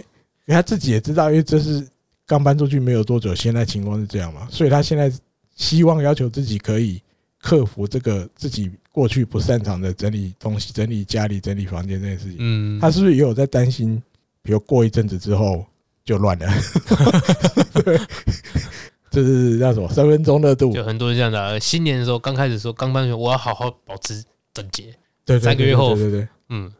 因为他自己也知道，因为这是刚搬出去没有多久，现在情况是这样嘛，所以他现在希望要求自己可以克服这个自己过去不擅长的整理东西、整理家里、整理房间这件事情，
嗯，
他是不是也有在担心，比如过一阵子之后就乱了？ [LAUGHS] 对，就是那什么三分钟热度，
就很多人这样的啊、新年的时候刚开始说刚搬学，我要好好保持整洁，
对对对
三个月后
对对对，
嗯，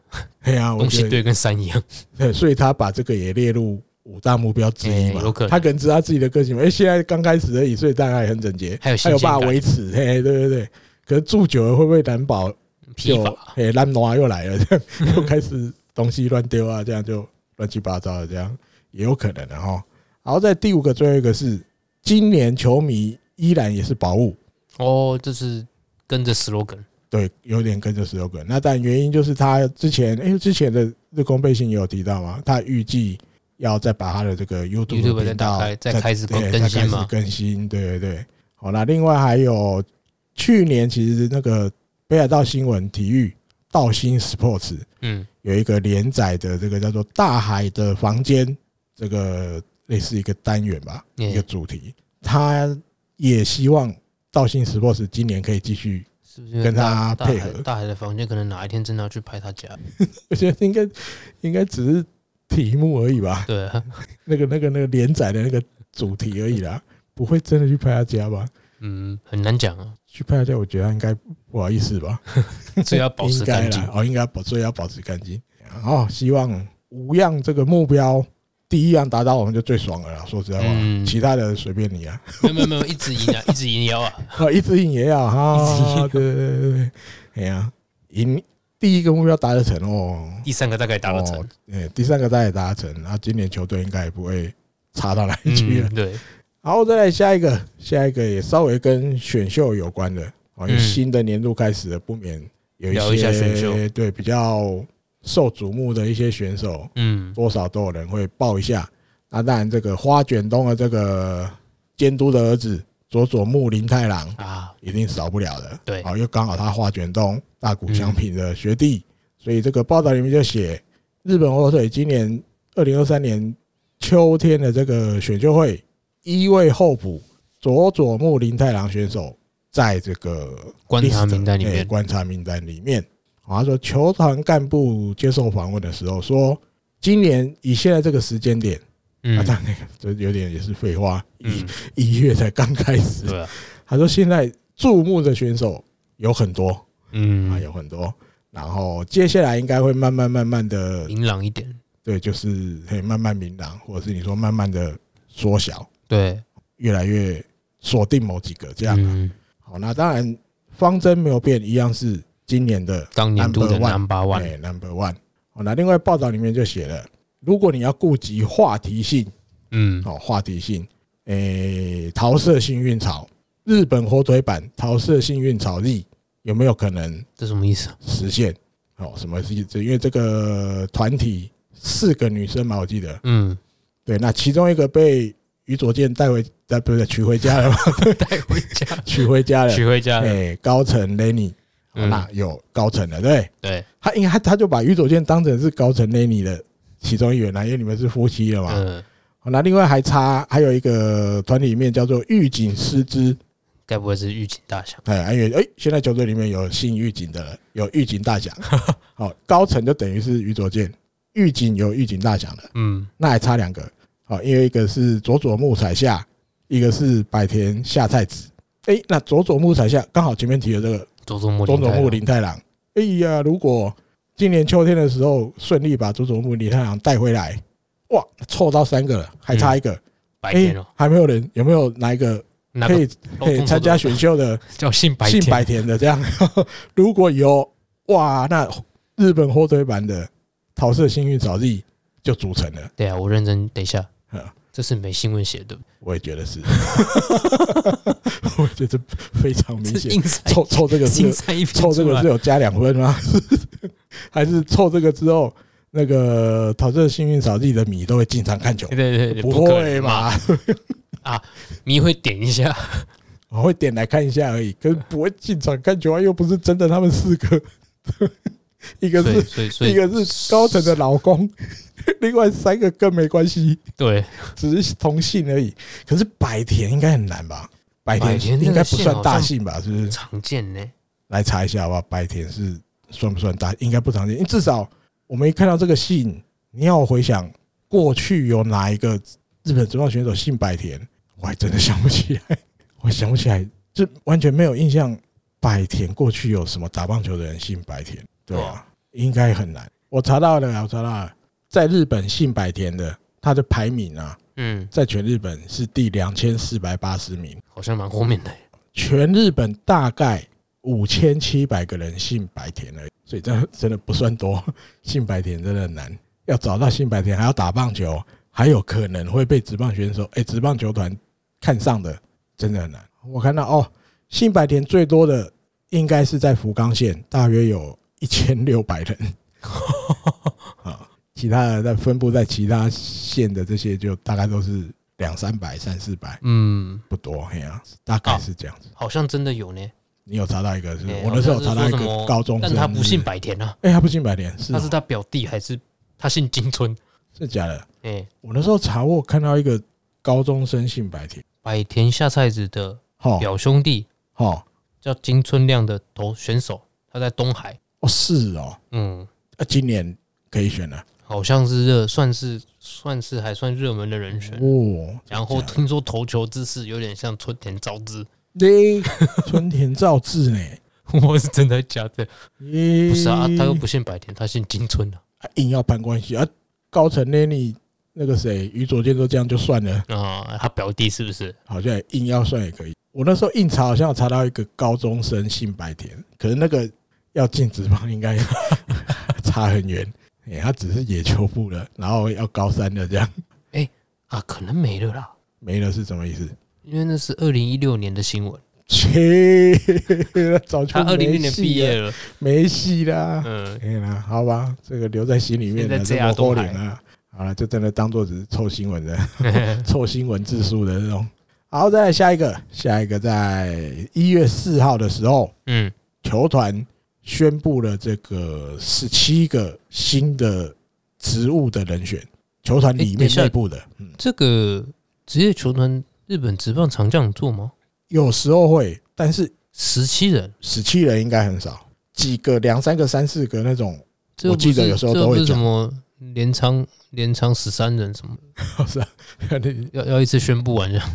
对呀、啊，我
东
觉
西
得
堆跟山一样，
[LAUGHS] 对，所以他把这个也列入五大目标之一嘛
哎。有可能
他可能知道自己的个性，哎，现在刚开始而已，所以大概也很整洁，
还有
他
新
有
鲜
办法
感
维持，嘿，对对对。可是住久了会不会难保
疲
就
乏，
哎烂挪啊又来了，这样又开始东西乱丢啊，这样就乱七八糟的，这样也有可能的哈。然后在第五个，最后一个是今年球迷依然也是宝物，
哦，就是跟着 slogan，
对，有点跟着 slogan。那但原因就是他之前，因为之前的日工背信也有提到嘛，他预计要再把他的这个 YouTube 的
YouTube 再
频道
打开再开始
对再
更更
开
新
始
嘛
更新，对对对。好，那另外还有去年其实那个北海道新闻体育道新 Sports
嗯
有一个连载的这个叫做《大海的房间》，这个类似一个单元吧，
嗯
一个主题。他也希望道新 Sports 今年可以继续，
是不是因为
跟他
大大海
配合
大海的房间可能哪一天真的要去拍他家，
我觉得应该应该只是题目而已吧，
对啊，
那个那个那个连载的那个主题而已啦，不会真的去拍他家吧？
[LAUGHS] 嗯，很难讲啊，
去拍他家，我觉得他应该不好意思吧。
[LAUGHS] 所以要保持
应该
干
啦
净。
哦，应该保，所以要保持干净。哦，希望五样这个目标，第一样达到我们就最爽了啦。说实在话，
嗯
其他的随便你啊，
[LAUGHS] 没有没有没有，一直赢啊，一直赢腰啊，
哦，一直赢也要
一直
哈，
赢
对对对对对，哎呀，赢第一个目标达得成哦，
第三个大概打得成
哦，，哎，第三个大概达得成，那今年球队应该也不会差到哪里去了
嗯，。对，
好，再来下一个，下一个也稍微跟选秀有关的哦，因为
嗯
新的年度开始了，不免有一
聊一
些
下选秀
对比较受瞩目的一些选手，
嗯
多少都有人会报一下。那当然，这个花卷东的这个监督的儿子佐佐木林太郎
啊，
一定少不了的，
对
好，又刚好他花卷东大谷翔平的学弟，所以这个报道里面就写，日本火腿今年二零二三年秋天的这个选秀会，一位候补佐佐木林太郎选手在这个
观察
list，
名单里
哎
面，
观察名单里面，好他说球团干部接受访问的时候说，今年以现在这个时间点，啊，
嗯
但那个这有点也是废话，一
嗯，
一月才刚开始，
对啊，
他说现在注目的选手有很多啊，
嗯，
有很多。然后接下来应该会慢慢慢慢的，
明朗一点，
对，就是可以慢慢明朗，或者是你说慢慢的缩小，
对，
越来越锁定某几个这样。啊
嗯，
好，那当然方针没有变，一样是今年的
当年度的
Number
Number One，
哎 number one。好，那另外报道里面就写了，如果你要顾及话题性，
嗯，
哦，话题性，诶、桃色幸运草，日本火腿版桃色幸运草力有没有可能
这什么意思啊？
实现？哦，什么意思？因为这个团体四个女生嘛，我记得，
嗯，
对，那其中一个被于左健带回，带不是娶回家了嘛，
带回家，
[LAUGHS] 娶回家了，
娶回家
哎、，高层 Lenny，、哦、
嗯
那有高层了，对
对，
他，因为他他就把于左健当成是高层 Lenny 的其中一员啦，因为你们是夫妻了嘛，
嗯，
好，那另外还差还有一个团体里面叫做狱警师之，
该不会是狱警大奖？
哎，安远，哎，现在球队里面有姓狱警的了，有狱警大奖。好，高层就等于是于左健，狱警有狱警大奖的，
嗯，
那还差两个。好，因为一个是佐佐木彩夏，一个是百田夏菜子。哎，那佐佐木彩夏刚好前面提的这个
佐佐木
佐佐木
林
林太郎。哎呀，如果今年秋天的时候顺利把佐佐木林太郎带回来，哇，凑到三个了，还差一个。
嗯白
哎，
天哦，
还没有人有没有哪一个
那
可
个
以可以参加选秀的
叫姓白
姓
天，
白田的这样？ [LAUGHS] 如果有哇，那日本火腿版的桃色幸运草地就组成了，
对啊，我认真，等一下
嗯，
这是没新闻写的，
我也觉得是， [LAUGHS] 我觉得非常明
这
显，
硬塞
凑凑这个
硬
是
塞一篇
凑这
出
个
来
是有加两分吗？ [LAUGHS] 还是凑这个之后，那个桃色幸运草地的米都会进场看球？
对对对，
不
可
会
能嘛？
吧？
你会点一下，
我会点来看一下而已，可是不会进场看球啊，又不是真的他们四个， [LAUGHS] [LAUGHS] 一个
所以
是
所以所
一
以
个是高层的老公， [LAUGHS] 另外三个更没关系，
对，
只是同姓而已。可是百田应该很难吧？百
百田
田
这个
应该不算大
姓
姓吧？是不是？
常见呢，
来查一下好不好？百田是算不算大？应该不常见，因为至少我们一看到这个姓，你要我回想过去有哪一个日本职棒选手姓百田，我还真的想不起来，我想不起来，就完全没有印象。百田过去有什么打棒球的人姓百田？对
对
啊，应该很难。我查到了，我查到了，在日本姓百田的，他的排名啊，
嗯，
在全日本是第两千四百八十名。
好像蛮后面的，
全日本大概五千七百个人姓白田而已，所以这真的不算多。姓白田真的很难，要找到姓白田，还要打棒球，还有可能会被职棒选手哎、职棒球团看上的，真的很难。我看到哦，姓白田最多的应该是在福冈县，大约有一千六百人啊，其他的在分布在其他县的这些，就大概都是两三百、三四百，
嗯，
不多，嘿啊，大概是这样子。
好像真的有呢，
你有查到一个是不是
哎，
我那时候有查到一
好像是说什
个
么
高中生，
但他不
是
姓
是，
百田啊，
哎，他不姓白莲，是
他
哦
是他表弟还是他姓金村？
是假的。
哎、
我那时候查，我有看到一个高中生姓白田，
百田下菜子的
哈
表兄弟
哈，
叫金村亮的投选手，他在东海，
哦是哦，
嗯，
啊，今年可以选了
好像是热，算是算是还算热门的人选。
哦。
然后
真假的
听说投球姿势有点像春田昭之， [LAUGHS]
嘞，春田照志呢？
我是真的假的？
嗯咦，
[LAUGHS] 不是啊，他又不姓百田，他姓金村啊。
啊硬要攀关系啊。高层呢，你那个谁，于左健都这样就算了，
啊，他表弟是不是？
好像也硬要算也可以。我那时候硬查，好像有查到一个高中生姓白田，可是那个要进职棒应该 [LAUGHS] 差很远。哎、他只是野球部的，然后要高三的这样，
啊，可能没了啦，
没了是什么意思？
因为那是二零一六年的新闻，
切，早就
他二零一
没
六年
戏
毕业
了，
了。
没戏啦。
嗯，
可以啦，好吧，这个留在心里面的
现在
这
这样
么
都
多
还
脸啊，好了，就真的当做只是凑新闻的、
[LAUGHS]
凑新闻字数的这种。好，再来下一个，下一个在一月四号的时候，
嗯，
球团宣布了这个十七个新的职务的人选，球团里
诶等一
面
下
内部的，嗯，
这个职业球团日本职棒常这样做吗？
有时候会，但是
十七人，
十七人应该很少，几个两三个、三四个那种， [LAUGHS]
这又不
我记得
是
有时候
这
都
又不
会
是什
讲
么连仓连仓十三人什么，
是吧？
要要一次宣布完这样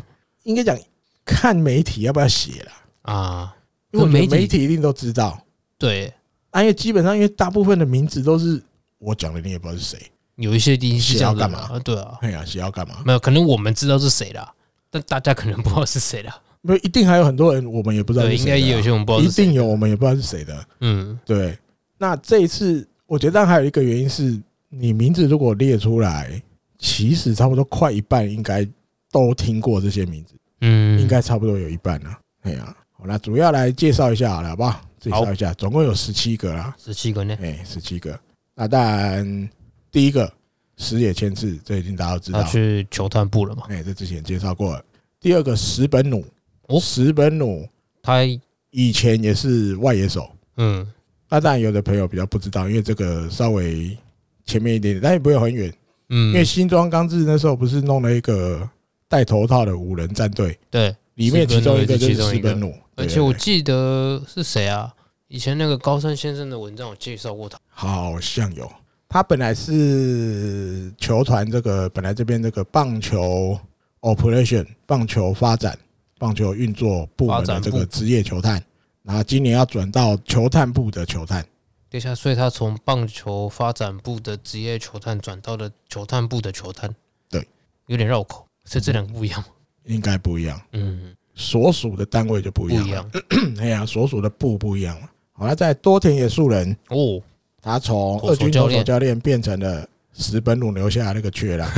应该讲看媒体要不要写啦。
啊？
因为我觉得
媒体
媒体一定都知道，
对，
啊，因为基本上因为大部分的名字都是我讲的，你也不知道是谁。
有一些一定是这样
是
的
要干
嘛，啊对啊，
哎呀，谁要干嘛？
没有，可能我们知道是谁啦，但大家可能不知道是谁啦。
没有，一定还有很多人我们 [LAUGHS] 也不知道
对，
是
应该
谁的啊
也有些我们不知道
一
是谁。
定有我们也不知道是谁的。
嗯，
对，那这一次我觉得还有一个原因是，你名字如果列出来，其实差不多快一半应该都听过这些名字，
嗯，
应该差不多有一半了。哎呀，好，那主要来介绍一下好了，好不好？介绍
好
一下，总共有十七个啦。
十七个呢。
哎，十七个。那当然，第一个石野千次，这已经大家都知
他
道。
啊去球探部了嘛？
哎，这之前介绍过了。第二个石本努，
哦
石本努
他
以前也是外野手。
嗯，
那当然，有的朋友比较不知道，因为这个稍微前面一点点，但也不会很远。因
嗯
为，新庄刚志那时候不是弄了一个戴头套的五人战队，
对，
里面其中一个就是石
石本努也是其中一个
本努。
而
对
且我
对对
记得是谁啊？以前那个高山先生的文章有介绍过他。
好像有，他本来是球团这个本来这边这个棒球 operation 棒球发展棒球运作部门
发
的
展
这
部
个职业球探，然后今年要转到球探部的球探，
等一下，所以他从棒球发展部的职业球探转到了球探部的球探，
对，
有点绕口，所以这两个不一样。
应该不一样，
嗯，
所属的单位就不
不
一样
一
了。
样
哎呀，所属的部不一样了。好了，在多田野树人，
哦。
他从
投手
二军
教
投手
练
教练变成了石本鲁留下的那个缺
[LAUGHS]
了。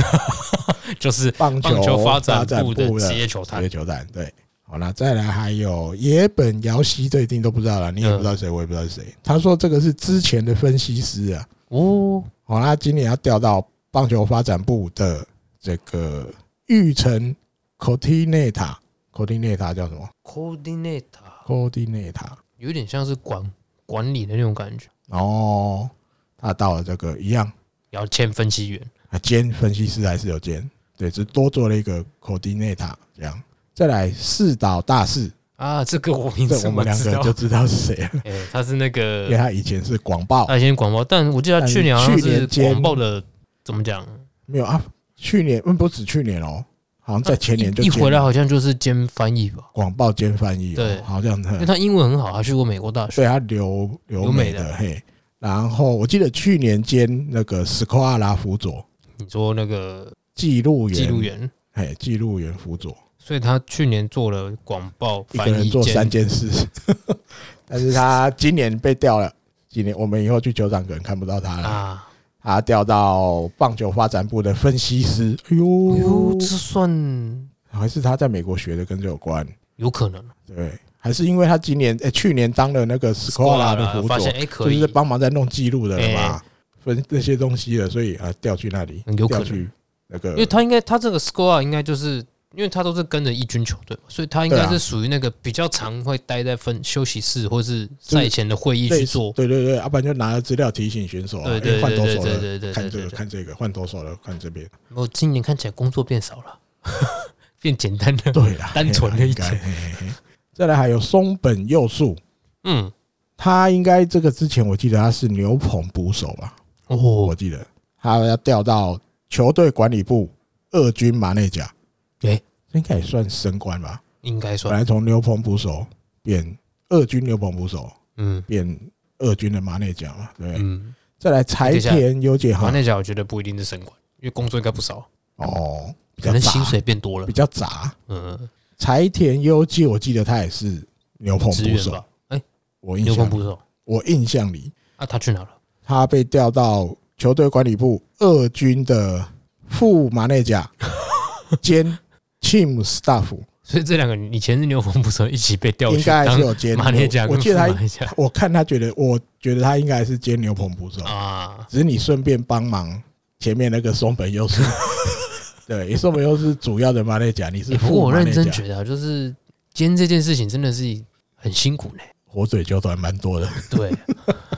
就是
棒球
棒球发展
发展
部的
部的
职业球探
职业，球探对。好啦，再来还有野本遥希，这一定都不知道了，你也
嗯
不知道谁，我也不知道是谁。他说这个是之前的分析师啊，
哦，
好啦，今年要调到棒球发展部的这个玉成 coordinator，coordinator 叫什么
coordinator
？coordinator。
有点像是管管理的那种感觉，
哦，他到了这个一样
也要签分析员。
啊，兼分析师还是有兼，对，只多做了一个 coordinator 这样。再来四岛大士，
啊，这个我名
这
字
我们两
知
个
道
就，知道是谁了，
[LAUGHS] 哎、他是那
因为
个
他以前是广报
他以前广播，但我记得他去年好像
但是去
是
年间
广报的，怎么讲？
没有啊，去年嗯不止去年哦，好像在前年就
一一回来
兼
好像就是兼翻译吧，
广报兼翻译、哦，
对
好像
因为
很
他英文很好，他去过美国大学。
对他留留
留
美
美
的
的
嘿。然后我记得去年兼那个斯科阿拉辅佐
你说那个
记录员，
记录员，
嘿，记录员辅佐，
所以他去年做了广报
一个
翻
人
译
做三
兼
件事， [LAUGHS] 但是他今年被调了，今年我们以后去球场可能看不到他了，
啊，
他调到棒球发展部的分析师，哎
哎呦，
呦，
这算
还是他在美国学的，跟这有关。
有可能。
对，还是因为他今年诶、哎去年当了那个 s c o l a 的辅
发现
佐，
哎、可
就
以
是帮忙在弄记录的了嘛
哎，
分这些东西的，所以啊调去那里
嗯，有
调
可能
去那个，
啊因为他应该他这个 score 应该就是因为他都是跟着一军球队嘛，所以他应
对
该
啊
是属于那个比较常会待在分休息室或是赛前的会议去
类似
做。
对对对，要不然就拿着资料提醒选手啊，
对对
哎换投手
对对对对对
了，看这
对
个
对
看这个，换投手了看这边，
我今年看起来工作变少了， [LAUGHS] 变简单
[LAUGHS]
了。
对啦，
单纯的一种
嘿啦。应该嘿嘿嘿再来还有松本佑树，
嗯，
他应该这个之前我记得他是牛棚捕手吧，我
哦，
记得他要调到球队管理部二军马内甲，
诶
这应该也算升官吧。
应该
本
算，
来从牛棚捕手变二军牛棚捕手，
嗯
变二军的马内甲嘛，对不对。
嗯。
再来柴田优介
马
哈，
内甲我觉得不一定是升官，因为工作应该不少，
哦，比
可
较
能
杂
薪，水变多了
比。较杂。
嗯，
柴田优介，我记得他也是牛棚
职
捕
员
手
吧，，哎，
我印
牛棚
象
捕手
我印象里
啊，他去哪了？
他被调到球队管理部二军的副马内
[LAUGHS]
甲兼 team staff，
所以这两个以前是牛棚捕手一起被调
应
去
该还
当
是有兼
马内甲
我
跟
记
副
得
马
他，
内甲
我看他觉得，我觉得他应该还是兼牛棚捕手，
啊，
只是你顺便帮忙前面那个松本
[LAUGHS]
优是，对，也松本优是主要的马内甲，你是
欸不过
副
我
马
认
内
真
甲，
觉得、啊，就是今天这件事情真的是很辛苦呢、
[LAUGHS] 火腿球团蛮多的，
对，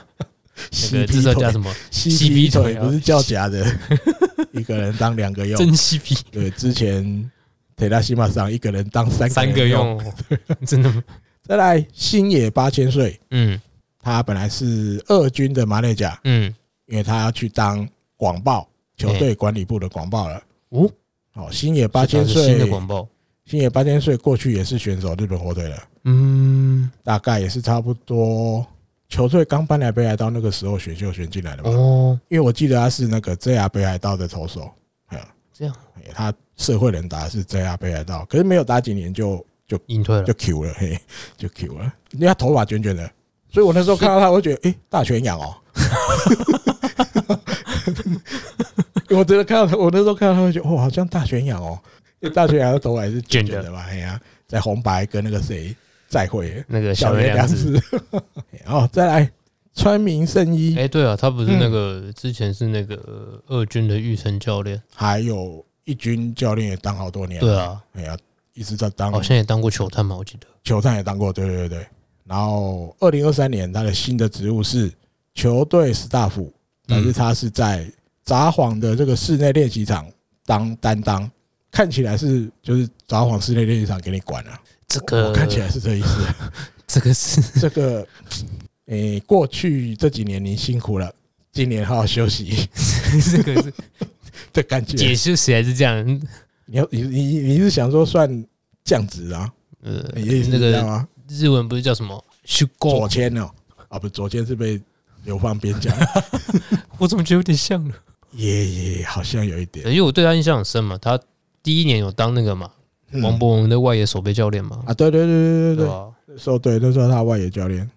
那个
CP
这时候叫
腿
什么？
CP
腿
腿
啊
不是叫假
[LAUGHS]
的，一个人当两个用，
真 CP
对，之前铁达西马上一个人当三
三
个
个
人
用， [LAUGHS] 真的吗，
再来星野八千岁，
嗯
他本来是二军的马内甲，
嗯，
因为他要去当广报球队管理部的广报了。
哦，
哦，星野八千
这倒是新
岁
的，广报，
星野八千岁过去也是选手日本火腿了，
嗯，
大概也是差不多球队刚搬来北海道那个时候选秀选进来的吧。
哦，
因为我记得他是那个 JR 北海道的投手，嗯，
这样
哎他社会人打是 JR 北海道，可是没有打几年就
隐退了
就，Q 了，嘿，就 Q 了。因为他头发卷卷的，所以我那时候看到他，我就觉得，诶，大全养哦。 [LAUGHS] 我真的看到他，我那时候看到他，我就觉得，哇，好像大全养哦。因为大全养的头发也是卷卷的嘛，哎呀、在红白跟那个谁再会，
那个
小
小
原
原
良
良子，
子，然后再来川明圣一，
哎，对啊，他不是
嗯
那个之前是那个呃二军的玉成教练，
还有一军教练也当好多年，
对，啊，
哎呀、一直在当
好像也当过球探嘛，我记得，
球探也当过，对对对对。然后二零二三年他的新的职务是球队
嗯
staff，但是他是在札幌的这个室内练习场当担当，看起来是就是札幌室内练习场给你管啊，
这
我
个
看起来是这意思。
[LAUGHS] 这个是
这个，诶，过去这几年您辛苦了，今年好好休息
这个是
的感觉
解。释起来是这样，
你要你你你是想说算降职啊？
呃，
你的意思
那
是这
个
样吗？
日文不是叫什么 s h u g
左
o
签哦，啊不，左签是被流放边疆。
我怎么觉得有点像呢？
也也好像有一点
因为我对他印象很深嘛，他第一年有当那个嘛，
嗯
王博文的外野守备教练嘛，
啊，对对对对对
对
对，
啊吧？
那时候对那时候他外野教练，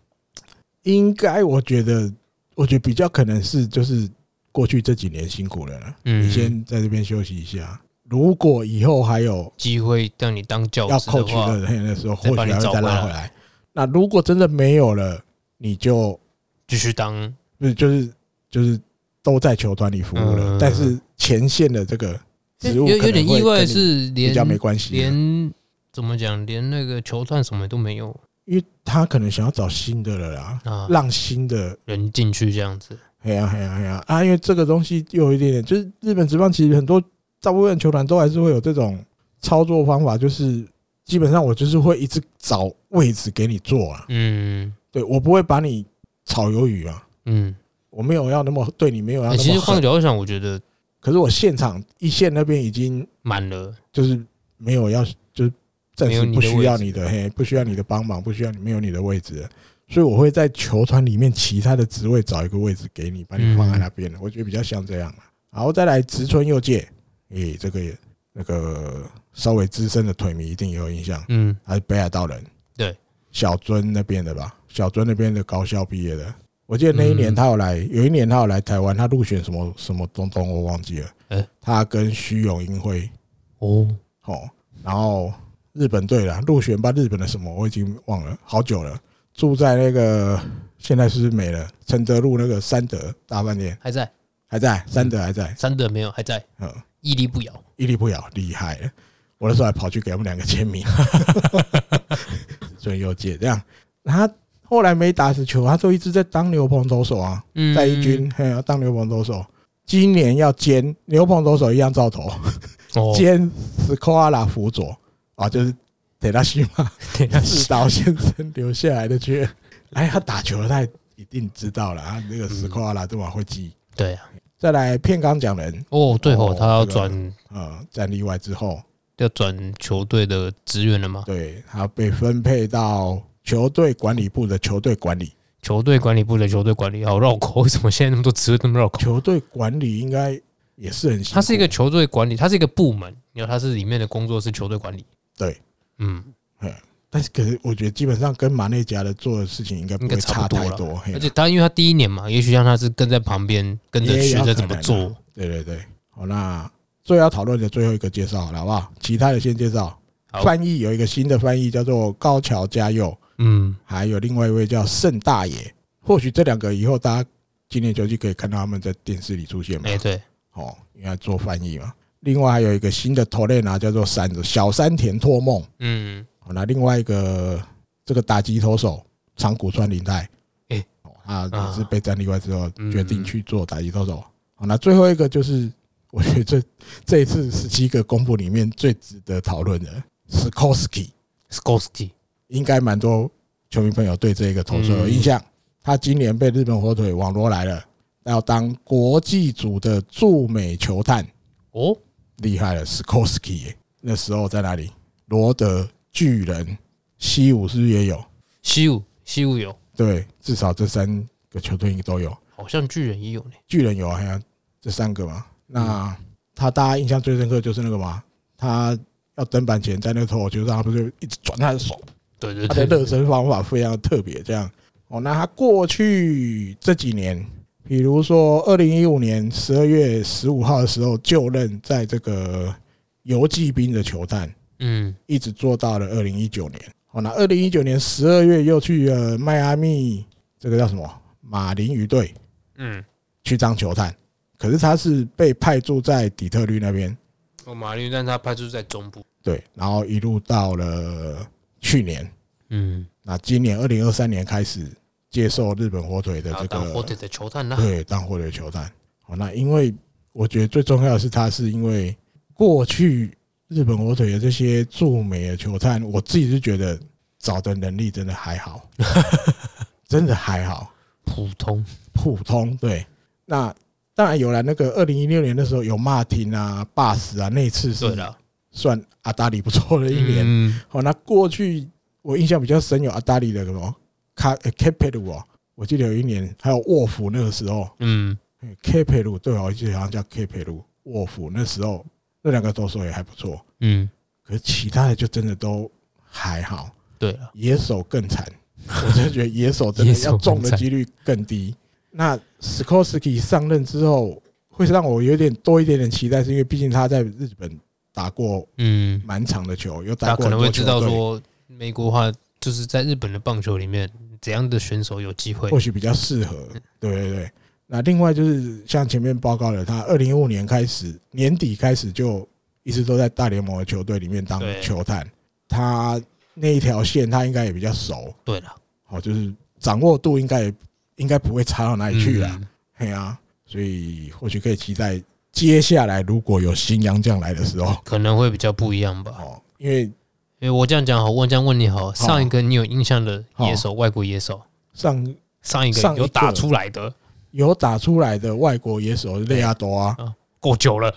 应该我觉得，我觉得比较可能是就是过去这几年辛苦了啦，
嗯
你先在这边休息一下。如果以后还有
机会让你当教
要
师
扣
的
取
话，
的，嘿那时候
再
或
把
许
你
还会
找
再
回
拉
来
回来。那如果真的没有了，你就
继续当
不是就是就是都在球团里服务了
嗯，
但是前线的这个职
有
务
有
可能
点
会
意外
跟你
的是
比较没
连
关系啊了，
连怎么讲，连那个球探什么都没有
因为他可能想要找新的了啦。
啊，
让新的，
人进去这样子，
哎呀哎呀哎呀啊！因为这个东西又有一点点，就是日本职棒其实很多大部分球团都还是会有这种操作方法，就是基本上我就是会一直找位置给你做啊，
嗯
对我不会把你炒鱿鱼啊，
嗯。
我没有要那么对你没有要
欸
那
其实
么
换
狠，
个角度想，我觉得
可是我现场一线那边已经
满了，
就是没有要，就是暂
没有
时
你的
不需要
位置
你的嘿，不需要你的帮忙，不需要你没有你的位置了，所以我会在球团里面其他的职位找一个位置给你，把你放在那边了。
嗯
我觉得比较像这样了。然后再来植村佑介，诶，这个也那个稍微资深的腿迷一定也有印象，
嗯，
他是北海道人，
对，
小樽那边的吧，小樽那边的高校毕业的。我记得那一年
嗯
他有来，有一年他有来台湾，他入选什么什么东东我忘记了
哎。
他跟徐永英会
哦，
哦，然后日本队啦，入选吧日本的什么我已经忘了，好久了。住在那个现在是不是没了？承德路那个三德大饭店
还在，
还在，三德还在，
三的没有，还在，
嗯，
屹立不摇，
屹立不摇，厉害了。我那时候还跑去给他们两个签名， [LAUGHS] 准右介这样。他后来没打死球，他就一直在当牛棚投手啊，
嗯
在一军，嘿，要当牛棚投手。今年要兼牛棚投手一样照投，
哦，
兼斯科阿拉辅佐啊，就是德拉西
[LAUGHS]
马
等一下
指导先生留下来的缺。哎，他打球了，他一定知道了啊，那个斯科阿拉这么会记。
对啊，
再来片冈讲人
哦，对哦
哦，
他要
这个
转
啊，战例外之后，
要转球队的职员了吗？
对他被分配到球队管理部的球队管理。
球队管理部的球队管理，好绕口，为 [LAUGHS] 什么现在那么多职位那么绕口？
球队管理应该也是很辛苦，
它是一个球队管理，它是一个部门，然后它是里面的工作是球队管理。
对，
嗯，
但是可是我觉得基本上跟马内加的做的事情应该不
应该
会
差
差
不多
太
了
多，嘿
而且他因为他第一年嘛，也许像他是跟在旁边跟着
也
学
有
着
可
怎么
能啊
做。
对对对，好，那最要讨论的最后一个介绍了，好不好？其他的先介绍
好。
翻译有一个新的翻译叫做高桥佳佑，
嗯，
还有另外一位叫盛大爷。或许这两个以后大家今年球季可以看到他们在电视里出现嘛
哎、？对，
哦，因为他做翻译嘛。另外还有一个新的头类呢，叫做山子小山田拓梦。
嗯，
好，哦那另外一个这个打击投手长谷川林太，
诶啊
哦，他也是被战例外之后
嗯
决定去做打击投手。好，那最后一个就是我觉得这这一次十七个公布里面最值得讨论的 s k o s k y
s k o s k y
应该蛮多球迷朋友对这个投手有
嗯
印象。他今年被日本火腿网罗来了，要当国际组的驻美球探，
哦，
厉害了 s k o s k y 那时候在哪里？罗德巨人、西武是不是也有？
西武西武有，
对，至少这三个球队应该都有。
好像巨人也有呢。
巨人有啊，还有这三个嘛。那他大家印象最深刻就是那个嘛，他要登板前在那个投球上，他不是一直转他的手，
对对
他的
对
热
对，
身方法非常特别。这样哦，那他过去这几年，比如说二零一五年十二月十五号的时候就任在这个游骑兵的球探，
嗯，
一直做到了二零一九年。好，那二零一九年十二月又去了迈阿密，这个叫什么马林鱼队
嗯，
去当球探，可是他是被派驻在底特律那边，
哦，马林鱼但他派出在中部。
对，然后一路到了去年，
嗯，
那今年二零二三年开始接受日本火腿的
然后
这
当火
个
腿的球探啦。
对当火腿球探。好，那因为我觉得最重要的是，他是因为过去日本火腿的这些驻美的球探，我自己是觉得找的能力真的还好，
[LAUGHS]
真的还好，
普通，
普通。对，那当然有了那个二零一六年的时候有马汀啊、巴斯啊，那次
对
是
啦，
算阿达里不错的一年。
嗯
好，那过去我印象比较深有阿达里的什么卡 K p e l 哦，我记得有一年还有沃夫那个时候。
嗯，
K 佩鲁，对，我记得好像叫 K 佩鲁沃夫，那时候那两个投手也还不错，
嗯，
可是其他的就真的都还好，
对了，
野手更惨，我真的觉得野手真
野
的
手
要
更
中的
惨
几率更低。那 s k o s k y 上任之后，会让我有点多一点点期待，是因为毕竟他在日本打过
嗯，
蛮长的球，又
大
打
家
过
可
很
能
多
会知道
球队
说，美国话就是在日本的棒球里面，怎样的选手有机会
或？许比较适合。对对对。那另外就是像前面报告的，他二零一五年开始年底开始就一直都在大联盟的球队里面当
对
球探，他那一条线他应该也比较熟，
对了，
哦，就是掌握度应该也应该不会差到哪里去啦。
嗯
嘿啊，所以或许可以期待接下来如果有新洋将来的时候，
可能会比较不一样吧。
哦，因为
因为我这样讲好，我这样问你好，上一个你有印象的野手，外国野手，
上
上一个
上一个
有打出来的，
有打出来的外国野手雷亚多啊，
够久了，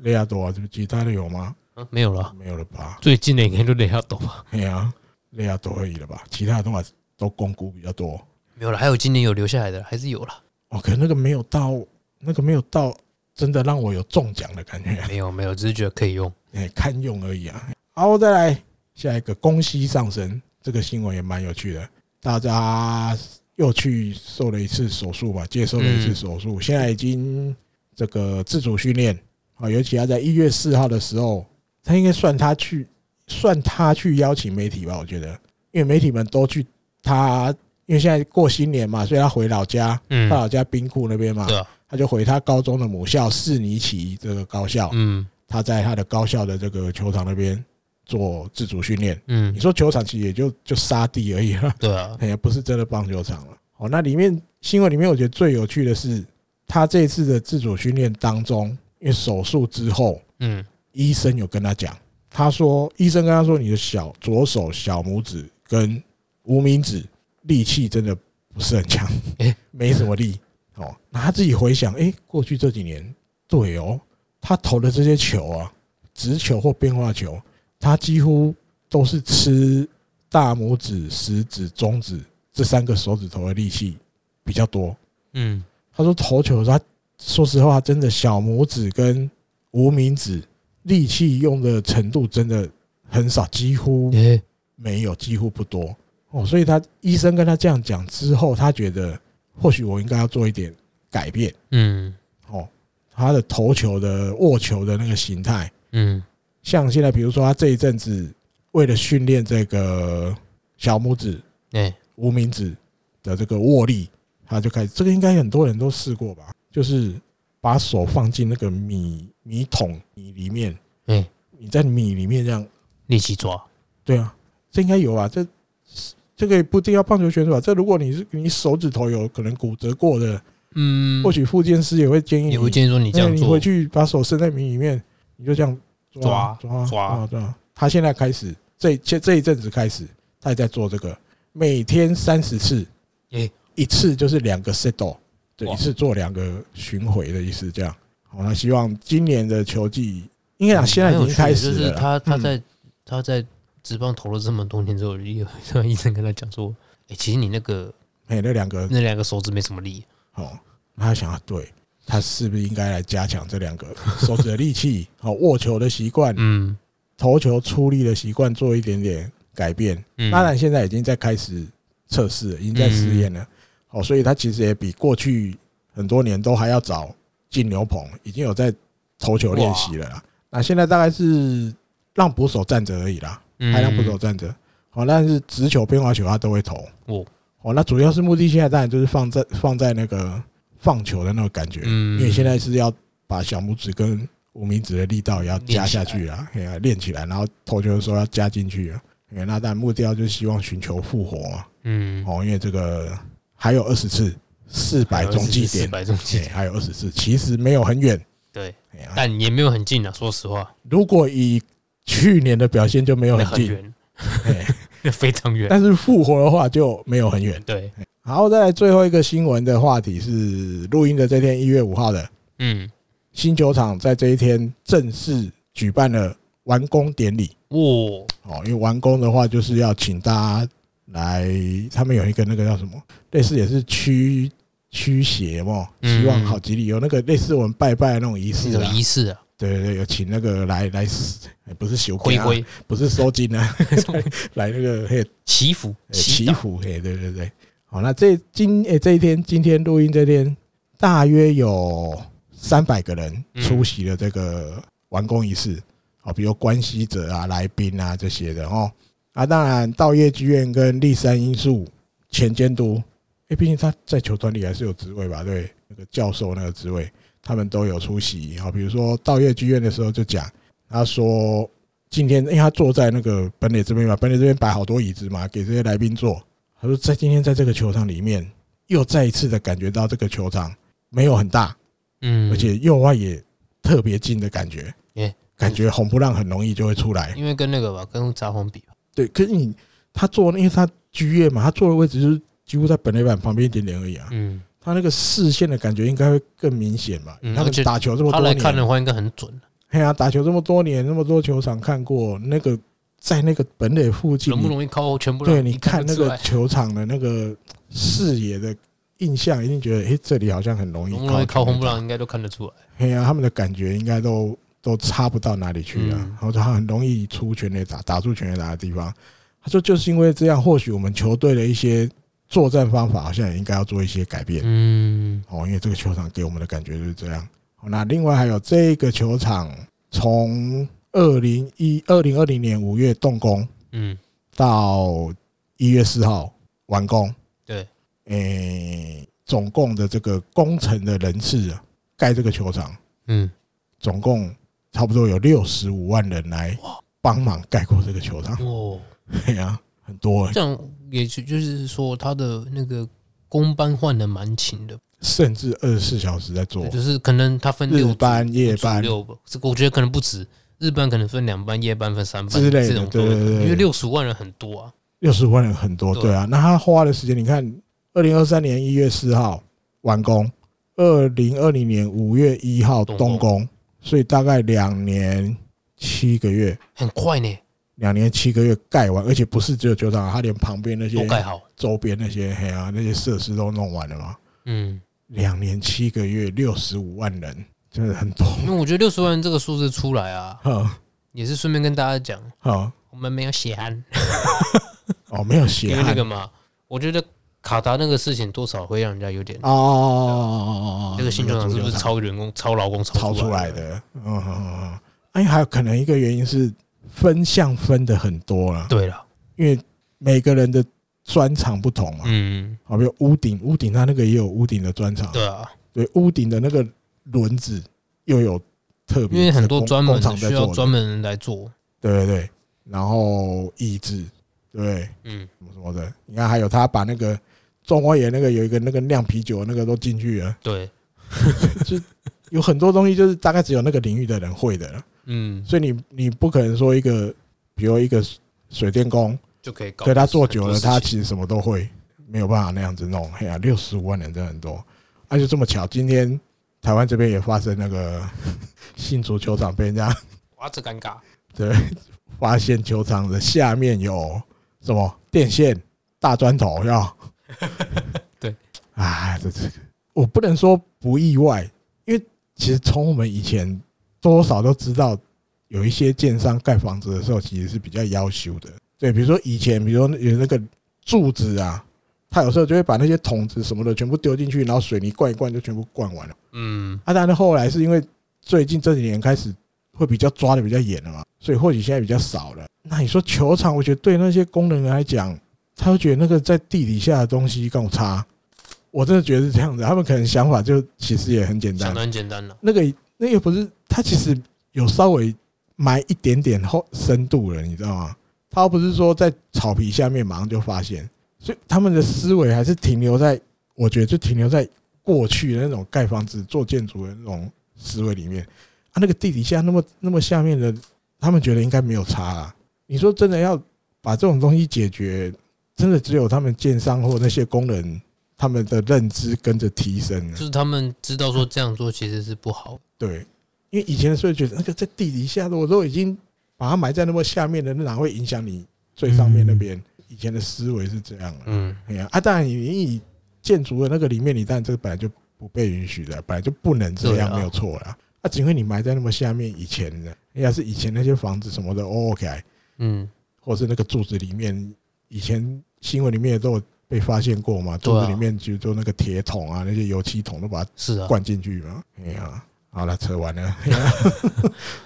雷亚多啊，这不其他的有吗？
啊没有了。
没有了吧？
最近的应该就雷亚多吧，
哎呀，雷亚多而已了吧？其他的话都公股比较多。
没有了。还有今年有留下来的，还是有了。
哦，可能那个没有到，那个没有到，真的让我有中奖的感觉，
没有没有，只是觉得可以用。
哎，堪用而已啊。好，再来下一个宫西上升，这个新闻也蛮有趣的，大家又去受了一次手术吧，接受了一次手术，
嗯
现在已经这个自主训练啊，尤其他在一月四号的时候，他应该算他去算他去邀请媒体吧，我觉得，因为媒体们都去他，因为现在过新年嘛，所以他回老家，
嗯
他，老家兵库那边嘛，
对啊，
他就回他高中的母校士尼奇这个高校，
嗯，
他在他的高校的这个球场那边做自主训练。
嗯
你，说球场其实也就就沙地而已 [LAUGHS] 啦，
对啊，
哎呀，不是真的棒球场了。哦，那里面新闻里面我觉得最有趣的是，他这次的自主训练当中，因为手术之后，
嗯
医生有跟他讲，他说医生跟他说你的小左手小拇指跟无名指力气真的不是很强，
诶
没什么力哦。那他自己回想，诶，过去这几年，对哦，他投的这些球啊，直球或变化球，他几乎都是吃大拇指、食指、中指这三个手指头的力气比较多。
嗯，
他说投球的时候，他说实话，真的小拇指跟无名指力气用的程度真的很少，几乎
诶、
没有，几乎不多哦。所以他医生跟他这样讲之后，他觉得或许我应该要做一点改变
嗯
哦。他的投球的握球的那个形态，
嗯
像现在比如说他这一阵子为了训练这个小拇指、
诶、
无名指的这个握力，他就开始，这个应该很多人都试过吧？就是把手放进那个米米桶米里面，
嗯，
你在米里面这样，
力气抓，
对啊，这应该有啊，这这个也不一定要棒球选手吧？啊这如果你是你手指头有可能骨折过的，
嗯，
或许复健师也会建议你，
也会建议说你这
那
样
你
做
回，去把手伸在米里面，你就这样抓抓
抓
抓抓。他现在开始，这这这一阵子开始，他也在做这个，每天三十次，
诶
一次就是两个 set，对，
哇
一次做两个巡回的意思，这样。好，那希望今年的球季，应该讲啊现在已经开始
嗯蛮有趣
了嗯
的就是
啦。
他他在、他在职棒投了这么多年之后，也突然医生 [LAUGHS] 跟他讲说，哎、其实你那个
哎，那两个
那两个手指没什么力，
哦，他想啊，对他是不是应该来加强这两个手指的力气， [LAUGHS] 好握球的习惯，
嗯
投球出力的习惯做一点点改变。
嗯，
当然，现在已经在开始测试了，已经在试验了。哦，所以他其实也比过去很多年都还要早进牛棚，已经有在投球练习了啦。那现在大概是让捕手站着而已啦，
嗯
还让捕手站着。好，但是直球、变化球他都会投。
哦
哦，那主要是目的现在当然就是放在放在那个放球的那个感觉，
嗯
因为现在是要把小拇指跟无名指的力道也要加下去啊，哎呀，练起来，然后投球的时候要加进去啊。哎那当然目标就是希望寻求复活嘛，
嗯，
哦，因为这个还有二十次四百中继
四 [LAUGHS]
点，
百中继
哎，
点，
还有二十次，其实没有很远。
对，
哎呀
但也没有很近啊，说实话，
如果以去年的表现就没有
那
很
很
近，
远，
哎，
那非常远， [LAUGHS]
但是复活的话就没有很远。
对，
好，再来最后一个新闻的话题是录音的这天一月五号的
嗯，
新球场在这一天正式举办了完工典礼
哇，
哦，因为完工的话就是要请大家来，他们有一个那个叫什么，类似也是驱驱邪嘛，
嗯
希望好吉利，有那个类似我们拜拜的那种仪
是
式
有
啊，
仪式啊，
对对对，有请那个来来，哎不是修
回
啊，
归
不是收金
[LAUGHS]
啊， [LAUGHS] 来那个嘿
祈福
呃
祈
祈
祷，
福，嘿，对对对。好，那这今哎诶、这一天，今天录音这天，大约有三百个人
嗯
出席了这个完工仪式，好，比如关系者啊、来宾啊这些的哦。啊，当然，道业剧院跟立山因素前监督，诶，毕竟他在球团里还是有职位吧？对，那个教授那个职位，他们都有出席。哦好，比如说道业剧院的时候就讲，他说今天因为他坐在那个本垒这边嘛，本垒这边摆好多椅子嘛，给这些来宾坐。他说在今天在这个球场里面，又再一次的感觉到这个球场没有很大，
嗯，
而且右外野特别近的感觉
耶，嗯
感觉红不让很容易就会出来。
因为跟那个吧，跟札幌比吧，
对，可是你他坐，因为他居业嘛，他坐的位置就是几乎在本垒板旁边一点点而已啊，
嗯，
他那个视线的感觉应该会更明显嘛。
嗯
他
而
们
且
打球这么
他
多
来
年，
看的话应该很准，
哎呀，打球这么多年，那么多球场看过，那个在那个本垒附近，
容不容易靠全部让
对你看那
得出
个
来
球场的那个视野的印象，一定觉得，诶，这里好像很容易
容不容易靠
球
红布朗应该都看得出来，
哎呀，他们的感觉应该都都差不到哪里去了。
嗯
然后他很容易出全垒打，打出全垒打的地方。他说，就是因为这样，或许我们球队的一些作战方法好像也应该要做一些改变。
嗯
哦，因为这个球场给我们的感觉就是这样。哦那另外还有这个球场从二零一二零二零年五月动工
嗯，
到一月四号完工，
对，
诶、总共的这个工程的人次啊，盖这个球场
嗯
总共差不多有六十五万人来帮忙盖过这个球场，
哦，
对呀、很多、欸，
这样也就就是说，他的那个工班换的蛮勤的，
甚至二十四小时在做
对，就是可能他分六
日
组
班、夜
五组
班，
六，这个我觉得可能不止，日班可能分两班，夜班分三班
之类的
这种都有可能
对对对
因为六十万人很多啊，
六十万人很多，
对
对啊。那他花的时间，你看，二零二三年一月四号完工，二零二零年五月一号
动
动
工
工，所以大概两年七个月，
很快呢，
两年七个月盖完，而且不是只有球场，啊他连旁边那些
都盖好，
周边那些嘿啊那些设施都弄完了嘛。
嗯，
两年七个月，六十五万人，真的很多。
那我觉得六十万这个数字出来啊，
好，
也是顺便跟大家讲，
好，
我们没有血汗，
哦，没有
因
血
为那
汗
个嘛，我觉得卡达那个事情多少会让人家有点，
哦哦哦哦哦哦哦，
这个新球场是不
足
是
球
超员工、超劳工
炒出来
来？
的。嗯嗯嗯嗯，哎，还有可能一个原因是分项分的很多啦，
对了，
因为每个人的专长不同嘛。
嗯，
好，比如屋顶，屋顶它那个也有屋顶的专长，
对啊，
对，屋顶的那个轮子又有特别，
因为很多
工
专门
工厂在
需要
做的，
专门人来做，
对对对，然后椅子，对，
嗯，
什么什么的，你看还有他把那个中花园那个有一个那个酿啤酒的那个都进去了，
对，
有很多东西就是大概只有那个领域的人会的了。
嗯，
所以你你不可能说一个，比如一个水电工，
就可以搞。
对他做久了，他
其
其实什么都会，没有办法那样子弄。嘿呀、啊，六十五万人真的很多，啊，就这么巧，今天台湾这边也发生那个 [LAUGHS] 新足球场被人家
哇，这尴尬，
发现球场的下面有什么电线、大砖头，要
对，
啊，这这个我不能说不意外，因为其实从我们以前多少都知道，有一些建商盖房子的时候其实是比较要求的。对，比如说以前，比如说有那个柱子啊，他有时候就会把那些桶子什么的全部丢进去，然后水泥灌一灌就全部灌完了。
嗯，
啊，但是后来是因为最近这几年开始会比较抓的比较严了嘛，所以或许现在比较少了。那你说球场，我觉得对那些工人来讲，他会觉得那个在地底下的东西跟我差，我真的觉得是这样子。他们可能想法就其实也很简单
想的，很简单了，
那个那个不是他其实有稍微埋一点点后深度了，你知道吗？他不是说在草皮下面马上就发现，所以他们的思维还是停留在，我觉得就停留在过去的那种盖房子、做建筑的那种思维里面。啊，那个地底下那么那么下面的，他们觉得应该没有差啊。你说真的要把这种东西解决，真的只有他们建商或那些工人他们的认知跟着提升了
就。是他们知道说这样做其实是不好，
对，因为以前的时候觉得那个在地底下的，我都已经把它埋在那么下面的，那哪会影响你最上面那边？以前的思维是这样的。
嗯，
哎呀，啊，当然你你建筑的那个里面，你当然这个本来就不被允许的，本来就不能这
对
样，
啊
没有错啦。啊，只因为你埋在那么下面，以前的，哎呀，是以前那些房子什么的哦，OK，
嗯，
或是那个柱子里面，以前新闻里面也都有被发现过嘛，柱
对
子
啊
里面就就那个铁桶啊，那些油漆桶都把它
是啊，
灌进去嘛。哎呀，好了，扯完
[LAUGHS]
了。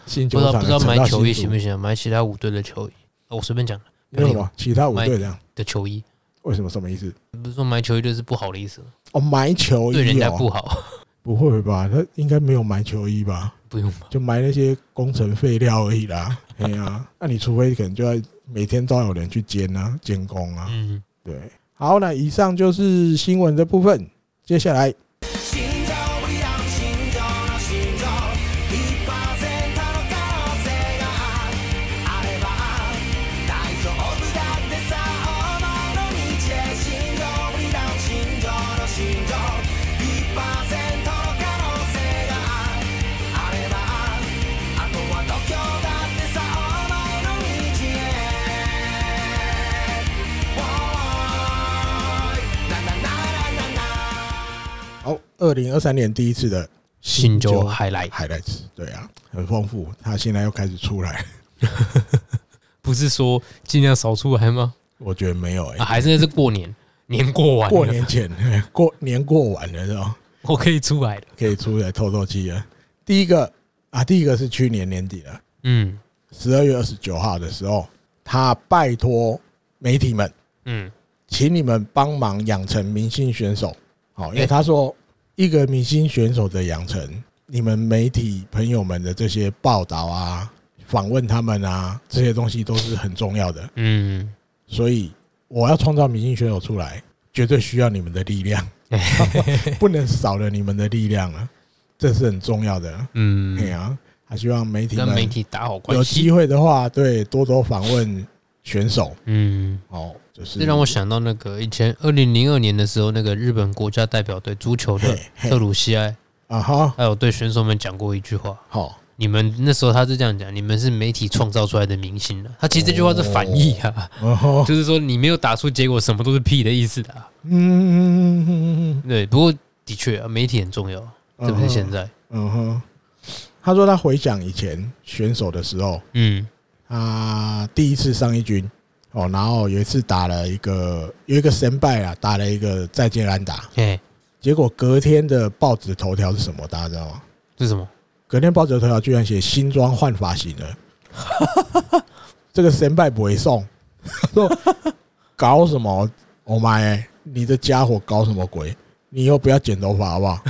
新
不
球
知道
场
不知道
扯
买
到
球衣
新
行不
竹
行啊？买其他五队的球衣，啊我随便讲的
那个什么？其他五队这样？
的球衣，
为什么？什么意思？
不是说买球衣就是不好的意思吗，
哦，买球
对人
衣
家
哦，
不好， [LAUGHS]
不会吧？他应该没有买球衣吧？
不用吧？
就买那些工程废料而已啦。哎
[LAUGHS]
呀，那你除非可能就要每天都有人去监啊，监工啊。
嗯，
对，好，那以上就是新闻的部分。接下来
信条不一样信条の信条1%の可能性があれば大丈夫だってさお前の道へ信条不一样信条の信条1%の可能性があればあとは度胸だってさお前の道へ Why? ななななな
好，哦二零二三年第一次的
新州
新
海来
highlights，对啊，很丰富。他现在又开始出来，
不是说尽量少出来吗？
我觉得没有哎、
[LAUGHS] 啊，还是那是过年，年过完了，
过年前， [LAUGHS] 过年过完了是吧？
我可以出来了，
可以出来透透气了。第一个啊，第一个是去年年底了，
嗯
十二月二十九号的时候，他拜托媒体们，
嗯，
请你们帮哦忙养成明星选手。好，因为
欸
他说一个明星选手的养成你们媒体朋友们的这些报道啊、访问他们啊，这些东西都是很重要的。
嗯，
所以我要创造明星选手出来，绝对需要你们的力量，不能少了你们的力量啊，这是很重要的。
嗯
对，啊，还希望媒体
跟
们
媒体打好关
有机
系。
会的话，对多多访问选手
嗯，
哦，就是
这让我想到那个以前二零零二年的时候，那个日本国家代表队足球的
嘿嘿
特鲁西埃，
啊哈，
还有对选手们讲过一句话：
好，
你们那时候他是这样讲，你们是媒体创造出来的明星啊。他其实这句话是反义啊，
然后
就是说你没有打出结果，什么都是屁的意思的、啊。
嗯，
对，不过的确、啊，媒体很重要，特别是现在。
嗯哼，他说他回想以前选手的时候，
嗯
他啊第一次上一军哦，然后有一次打了一个有一个神败啊，打了一个再见安打，
哎，
结果隔天的报纸头条是什么？大家知道吗？
是什么？
隔天报纸的头条居然写新装换发型了，这个神拜不会送，说搞什么？我妈耶！你这家伙搞什么鬼？你以后不要剪头发好不好？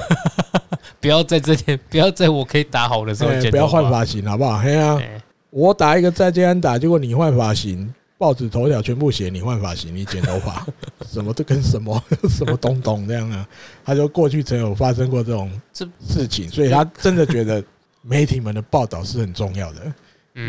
不要在这天， [LAUGHS] 不要在我可以打好的时候
哎 [LAUGHS]
剪、
不要换。发型好不好？嘿啊！
啊哎，
我打一个再见安打，结果你换发型，报纸头条全部写你换发型，你剪头
[LAUGHS]
发，什么都跟什么 [LAUGHS] 什么东东这样啊。他说过去曾有发生过这种
这
事情，所以他真的觉得媒体们的报道是很重要的。
嗯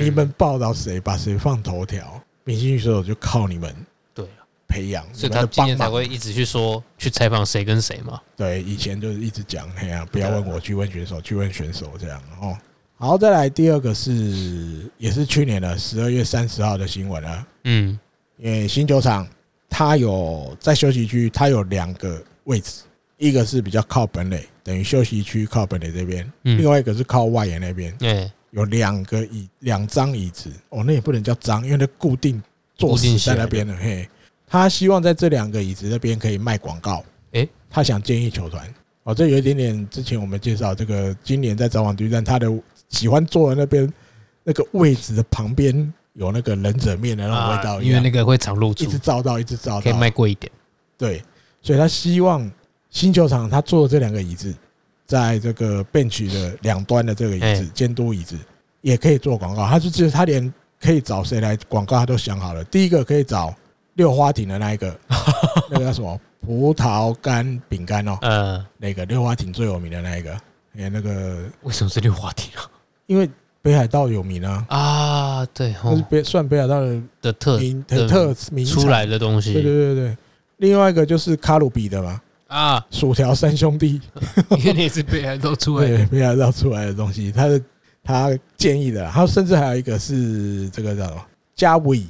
你们报道谁，把谁放头条，明星选手就靠你们
对啊，
培养，
所
你
以他
们的
今
帮
天才
忙。
会一直去说去采访谁跟谁嘛。
对，以前就是一直讲，嘿呀、不要问
啊
我，去问选手，去问选手这样哦。好，再来第二个是，也是去年的十二月三十号的新闻啊了。
嗯
因为新球场它有在休息区，它有两个位置，一个是比较靠本垒，等于休息区靠本垒这边；，
嗯
另外一个是靠外野那边，
哎，
有两个椅，两张椅子。哦，那也不能叫张，因为它固定坐
固定
死
起
在
来
那边了。嘿，他希望在这两个椅子那边可以卖广告。
诶
他想建议球团。哦，这有一点点，之前我们介绍这个，今年在早晚对战，他的喜欢坐的那边那个位置的旁边有那个忍者面的那种味道一样、
啊因为那个会常露
一
出，
直照到，一直照
可以
到，
卖贵一点。
对，所以他希望新球场他做的这两个椅子，在这个 bench 的两端的这个椅子
哎
监督椅子也可以做广告。他就觉得他连可以找谁来广告他都想好了，第一个可以找六花亭的那一个，
[LAUGHS]
那个叫什么葡萄干饼干哦，
呃，
那个六花亭最有名的那一个，哎，那个
为什么是六花亭啊？
因为北海道有名啊，
啊，对
那是
哦
北算北海道的
的特呃
名很特名产
出来的东西
对对对对，另外一个就是卡鲁比的嘛，
啊，
薯条三兄弟，
因为你是北海道出来
对，
的，
没想到出来的东西，他的他建议的啦，他甚至还有一个是这个叫什么加维，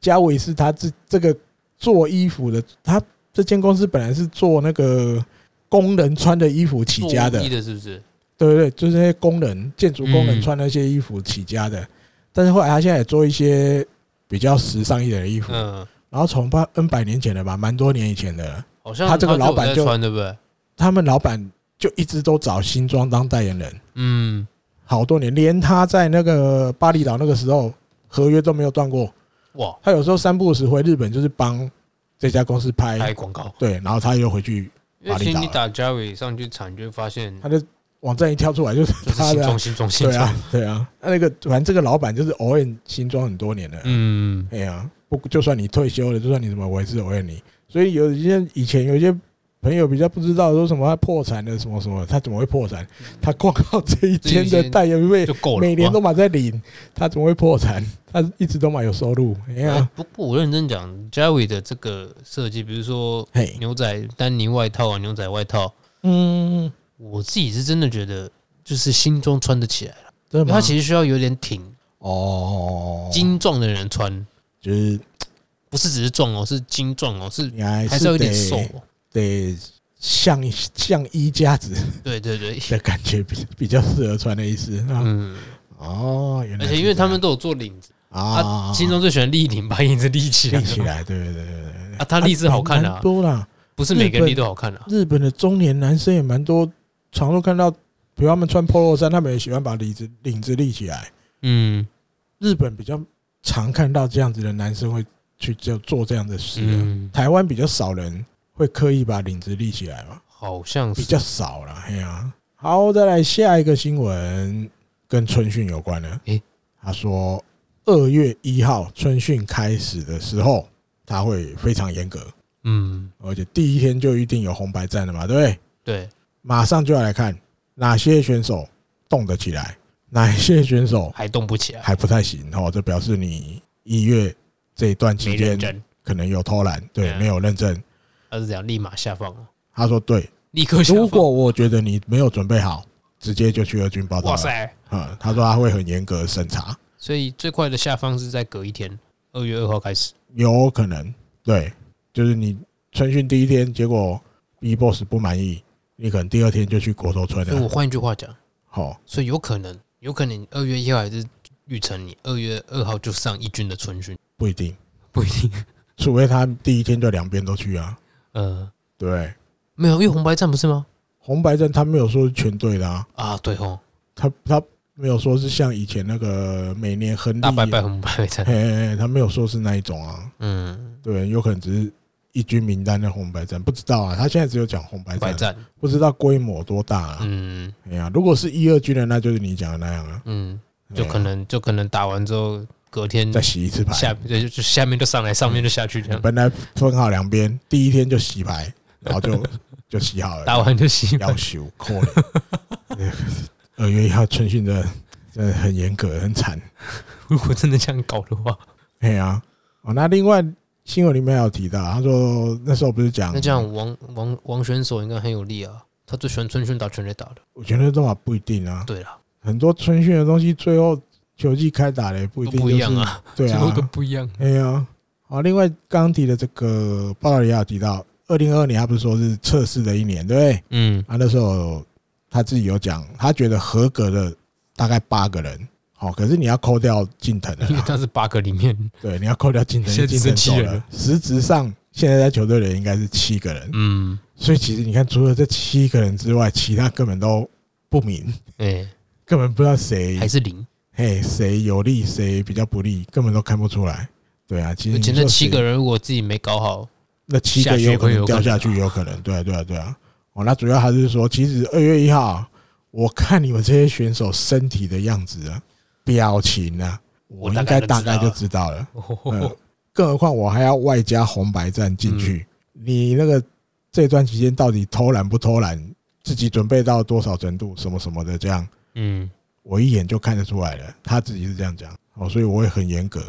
加维是他这这个做衣服的，他这间公司本来是做那个工人穿的衣服起家的
做，的是不是？
对对对，就是那些工人建筑工人
嗯
穿那些衣服起家的，但是后来他现在也做一些比较时尚一点的衣服，
嗯，
然后从八 N 百年前的吧，蛮多年以前的了。
好像
他这个老板
有
就
在穿对不对？
他们老板就一直都找新装当代言人，
嗯，
好多年，连他在那个巴厘岛那个时候合约都没有断过。
哇，
他有时候三不五时回日本，就是帮这家公司
拍
拍，
广告。
对，然后他又回去，
因为
巴厘
其实
岛
你
啊
打嘉伟上去产，你就会发现
他的网站一跳出来就是
嗯就是
他
新
的啊
装、，新装、新
对
装。
啊，对啊，那个反正这个老板就是偶尔新装很多年了，
嗯，
哎呀，不就算你退休了，就算你什么，我也是偶尔你。所以有一些以前有一些朋友比较不知道说什么他破产了什么什么，他怎么会破产？
嗯
他光靠这一间的代言费
就够了。
每年
哇
都买在领，他怎么会破产？他一直都买有收入，哎
哎
呀，
不过我认真讲嘉伟的这个设计，比如说
嘿，
牛仔丹尼外套啊、牛仔外套，
嗯，
我自己是真的觉得就是新装穿得起来了，
真
因为
的
它
吗？
其实需要有点挺
哦，
精壮的人穿，
就是
不是只是壮哦，是精壮哦，是
你还
还是要有点瘦
得
哦。
得像像衣架子
对对对，
的感觉比比较适合穿的意思啊。
嗯，
哦，原来
而
是
且因为
这
他
样
们都有做领子，
啊
啊，，心中最喜欢立领，把领子立起来
立起来，对对对对对。
啊，他立是好看的
的
啊，
多啦。
不是每个人立
日本
都好看的啊。
日本的中年男生也蛮多，常都看到，比如他们穿 polo 衫，他们也喜欢把领子领子立起来。
嗯
日本比较常看到这样子的男生会去就做这样的事，啊
嗯，
台湾比较少人会刻意把领子立起来嘛，
好像
比
哦是
较少啦。哎呀、啊，好，再来下一个新闻跟春训有关的。
诶
他说二月一号春训开始的时候，他会非常严格，
嗯，
而且第一天就一定有红白战了嘛，对不对？
对，
马上就要来看哪些选手动得起来，哪些选手
还动不起来，
还不太行哦。这表示你一月这一段
没
期间
认真，
可能有偷懒，对，
嗯
没有认真。
他是这样立马下放哦，
他说对，
立刻下放。
如果我觉得你没有准备好，直接就去二军报道
哇
了。
塞，
嗯，他说他会很严格审查，
所以最快的下放是在隔一天，二月二号开始。
有可能对，就是你春训第一天，结果 B boss 不满意，你可能第二天就去国头村
哎所以我
了。
换一句话讲，
好，
所以有可能，有可能二月一号还是玉成你二月二号就上一军的春训，
不一定，
不一定。
除非他第一天就两边都去啊。
呃，
对，
没有，因为红白战不是吗？
红白战他没有说是全队的啊，
啊，对吼，
他他没有说是像以前那个每年亨利
大拜拜红白
嘿 [LAUGHS]
战，
嘿嘿，他没有说是那一种啊，
嗯，
对，有可能只是一军名单的红白战，不知道啊。他现在只有讲红白
红
战
白，战，
不知道规模多大啊。
嗯
哎呀，如果是一二军的，那就是你讲的那样啊，
嗯，
哎呀
就可能就可能打完之后隔天
再嗯洗一次牌。
下对就就下面就上来，上面就下去这样，
本来分好两边，第一天就洗牌，然后
[LAUGHS]
就就洗好了，
打完就行。
要修扣了。
[LAUGHS]
二月一号春训真的真的很严格，很惨。
如果真的这样搞的话，
哎呀，哦，那另外新闻里面还有提到，他说那时候不是讲
那这样王王王选手应该很有力啊，他最喜欢春训打全垒打的。
我觉得这嘛不一定啊，
对啦，
很多春训的东西最后球季开打嘞不一
都
定、就是、
不一样，啊，
对
最 [LAUGHS] 后都
啊，
不一样。
哎呀，好，另外刚刚提的这个报道也有提到，二零二二年他不是说是测试的一年，对不对？
嗯
啊，那时候他自己有讲，他觉得合格的大概八个人，好、可是你要扣掉近藤的
因为 [LAUGHS]
啦，
他是八个里面，
对，你要扣掉近藤，因
现
为
在
近
只剩
藤
七
走
人
了
了，
实质上现在在球队的人应该是七个人，
嗯，
所以其实你看，除了这七个人之外，其他根本都不明，
哎，
根本不知道谁
还是零。
嘿，谁有利谁比较不利，根本都看不出来。对啊，其实
以
你
前
说
那七
谁
个，人如果自己没搞好，
那七个有可能掉下去，
下去会
有可能，对啊，对啊，对啊。哦，那主要还是说，其实二月一号，我看你们这些选手身体的样子啊、表情啊，我应该大概就知道 [LAUGHS] 了。嗯，更何况我还要外加红白战进去，你那个这段期间到底偷懒不偷懒，自己准备到多少程度，什么什么的，这样
嗯，
我一眼就看得出来了，他自己是这样讲哦，所以我会很严格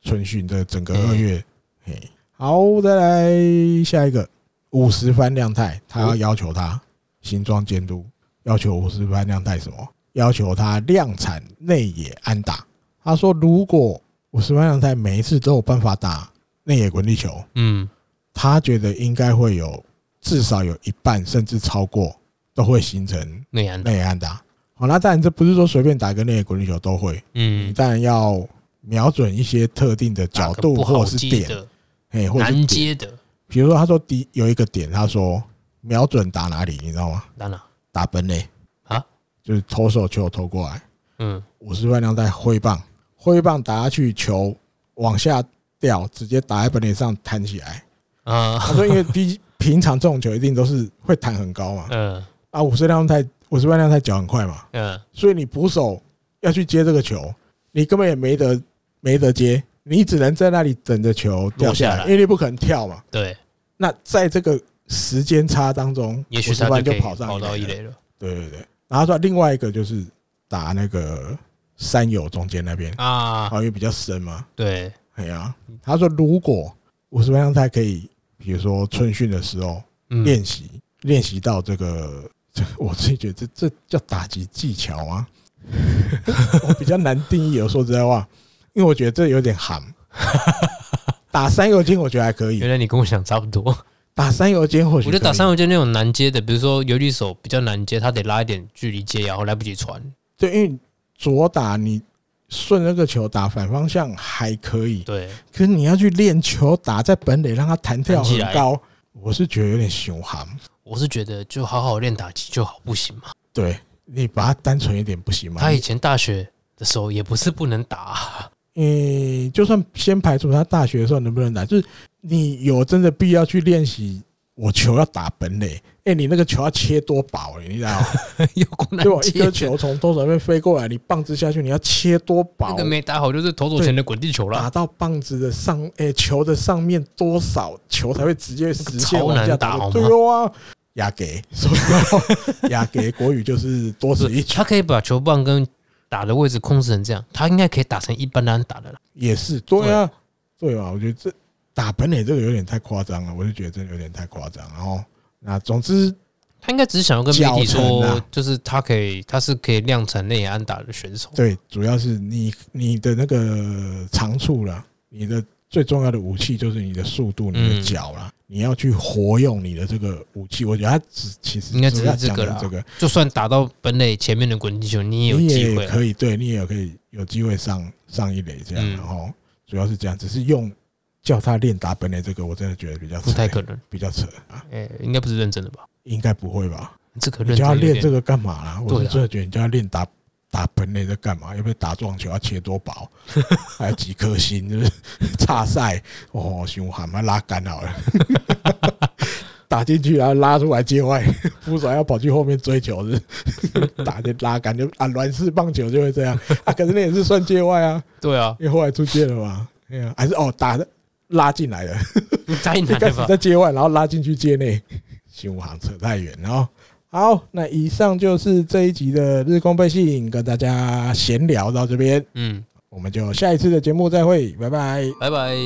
春训这整个
嗯
二月。嘿，好，再来下一个五十番亮太，他要要求他行装监督，要求五十番亮太什么？要求他量产内野安打。他说，如果五十番亮太每一次都有办法打内野滚地球，
嗯，
他觉得应该会有至少有一半甚至超过都会形成
内安打，
内安打。好，那当然这不是说随便打个内野滚地球都会，你
嗯，
当然要瞄准一些特定的角
打个
度
不
或
好
是
接
点，
的，
哎，或者
难
是点。
接的，
比如说，他说第有一个点，他说瞄准打哪里，你知道吗？
当然，
打本垒
啊，
就是投手球投过来，
嗯，
五十万量带挥棒，挥棒打下去球往下掉，直接打在本垒上弹起来。
啊，
他说，因为平平常这种球一定都是会弹很高
[LAUGHS]
嘛，
嗯
啊，五十量太五十万量太脚很快嘛，
嗯，
所以你捕手要去接这个球，你根本也没得没得接，你只能在那里等着球掉下
落下
来，
来
因为你不可能跳嘛。
对，
那在这个时间差当中，
也许
他
他
就
可以
跑上
跑到一
垒了。
垒了
对对对，然后他说另外一个就是打那个山友中间那边，哦
啊，
好因为比较深嘛。
对，
哎呀，他说如果五十分钟他可以，比如说春训的时候
嗯，
练习练习到这个， [LAUGHS] 这我自己觉得这这叫打击技巧吗？ [LAUGHS] 我比较难定义。我说实在话，因为我觉得这有点含。打三油肩我觉得还可以
原，来你跟我想差不
[LAUGHS]
多，
打三油肩或许
我觉得打
可以
三游就那种难接的，比如说游击手比较难接，他得拉一点距离接，啊然后来不及传，
对，因为左打你顺那个球打反方向还可以，
对，
可是你要去练球打在本垒让它弹跳
弹起
很
来
高，我是觉得有点熊含。
我是觉得就好好练打击就好，不行吗？
对你把它单纯一点不行吗？
他以前大学的时候也不是不能打 [LAUGHS] 啊，
诶、就算先排除他大学的时候能不能打，就是你有真的必要去练习我球要打本垒，哎，你那个球要切多薄、欸，你知道
[LAUGHS]
吗？
有过难
就我一
切
颗，球从投手那边飞过来，你棒子下去，你要切多
那
薄
个，没打好就是投手前的滚地球
打
啦，
到棒子的上，哎、球的上面多少球才会直接实现
超
往
难
下
打好吗
对啊，压给，所 [LAUGHS] 以压给国语就是多
不
此一
是
举，
他可以把球棒跟打的位置控制成这样，他应该可以打成一般人打的啦。
也是对啊，对啊，我觉得这打本垒这个有点太夸张了，我就觉得真的有点太夸张。然后那总之
他应该只是想要跟媒体
脚程
说
啊，
就是他可以，他是可以量产内野安打的选手。
对，主要是你你的那个长处啦，你的最重要的武器就是你的速度、你的
嗯
脚啦，你要去活用你的这个武器。我觉得他只其实
应该只
主
是
要
这
讲
个
的
啦
这个，
就算打到本垒前面的滚地球，你也有
你
机会啊
也
啦。
可以，对你也可以有机会上上一垒这样，
嗯
然后主要是这样，只是用叫他练打本垒这个，我真的觉得比较
不太
扯
可能，
比较扯啊，
哎，应该不是认真的吧？
应该不会吧？
这个
你
认
叫
真
他
有
练这
点
个干嘛啦？我
对
是
啊啦
真的觉得你叫他练打打本垒在干嘛？要不要打撞球要切多薄， [LAUGHS] 还有几颗星， [LAUGHS] 就是差赛哦，凶悍，把他拉杆好了， [LAUGHS] 打进去然后拉出来接外，扶手要跑去后面追球 [LAUGHS] 是不是打的拉杆就啊，软式棒球就会这样啊，可是那也是算界外啊，
对啊， [LAUGHS]
因为后来出界了嘛，哎呀，还是哦打的拉进来的。
太
[LAUGHS]
[LAUGHS]
一
难
开
了
始
吧？
在界外，然后拉进去界内， [LAUGHS] 新武行扯太远。然后好，那以上就是这一集的日光背信，跟大家闲聊到这边，
嗯，
我们就下一次的节目再会，拜拜。
拜拜。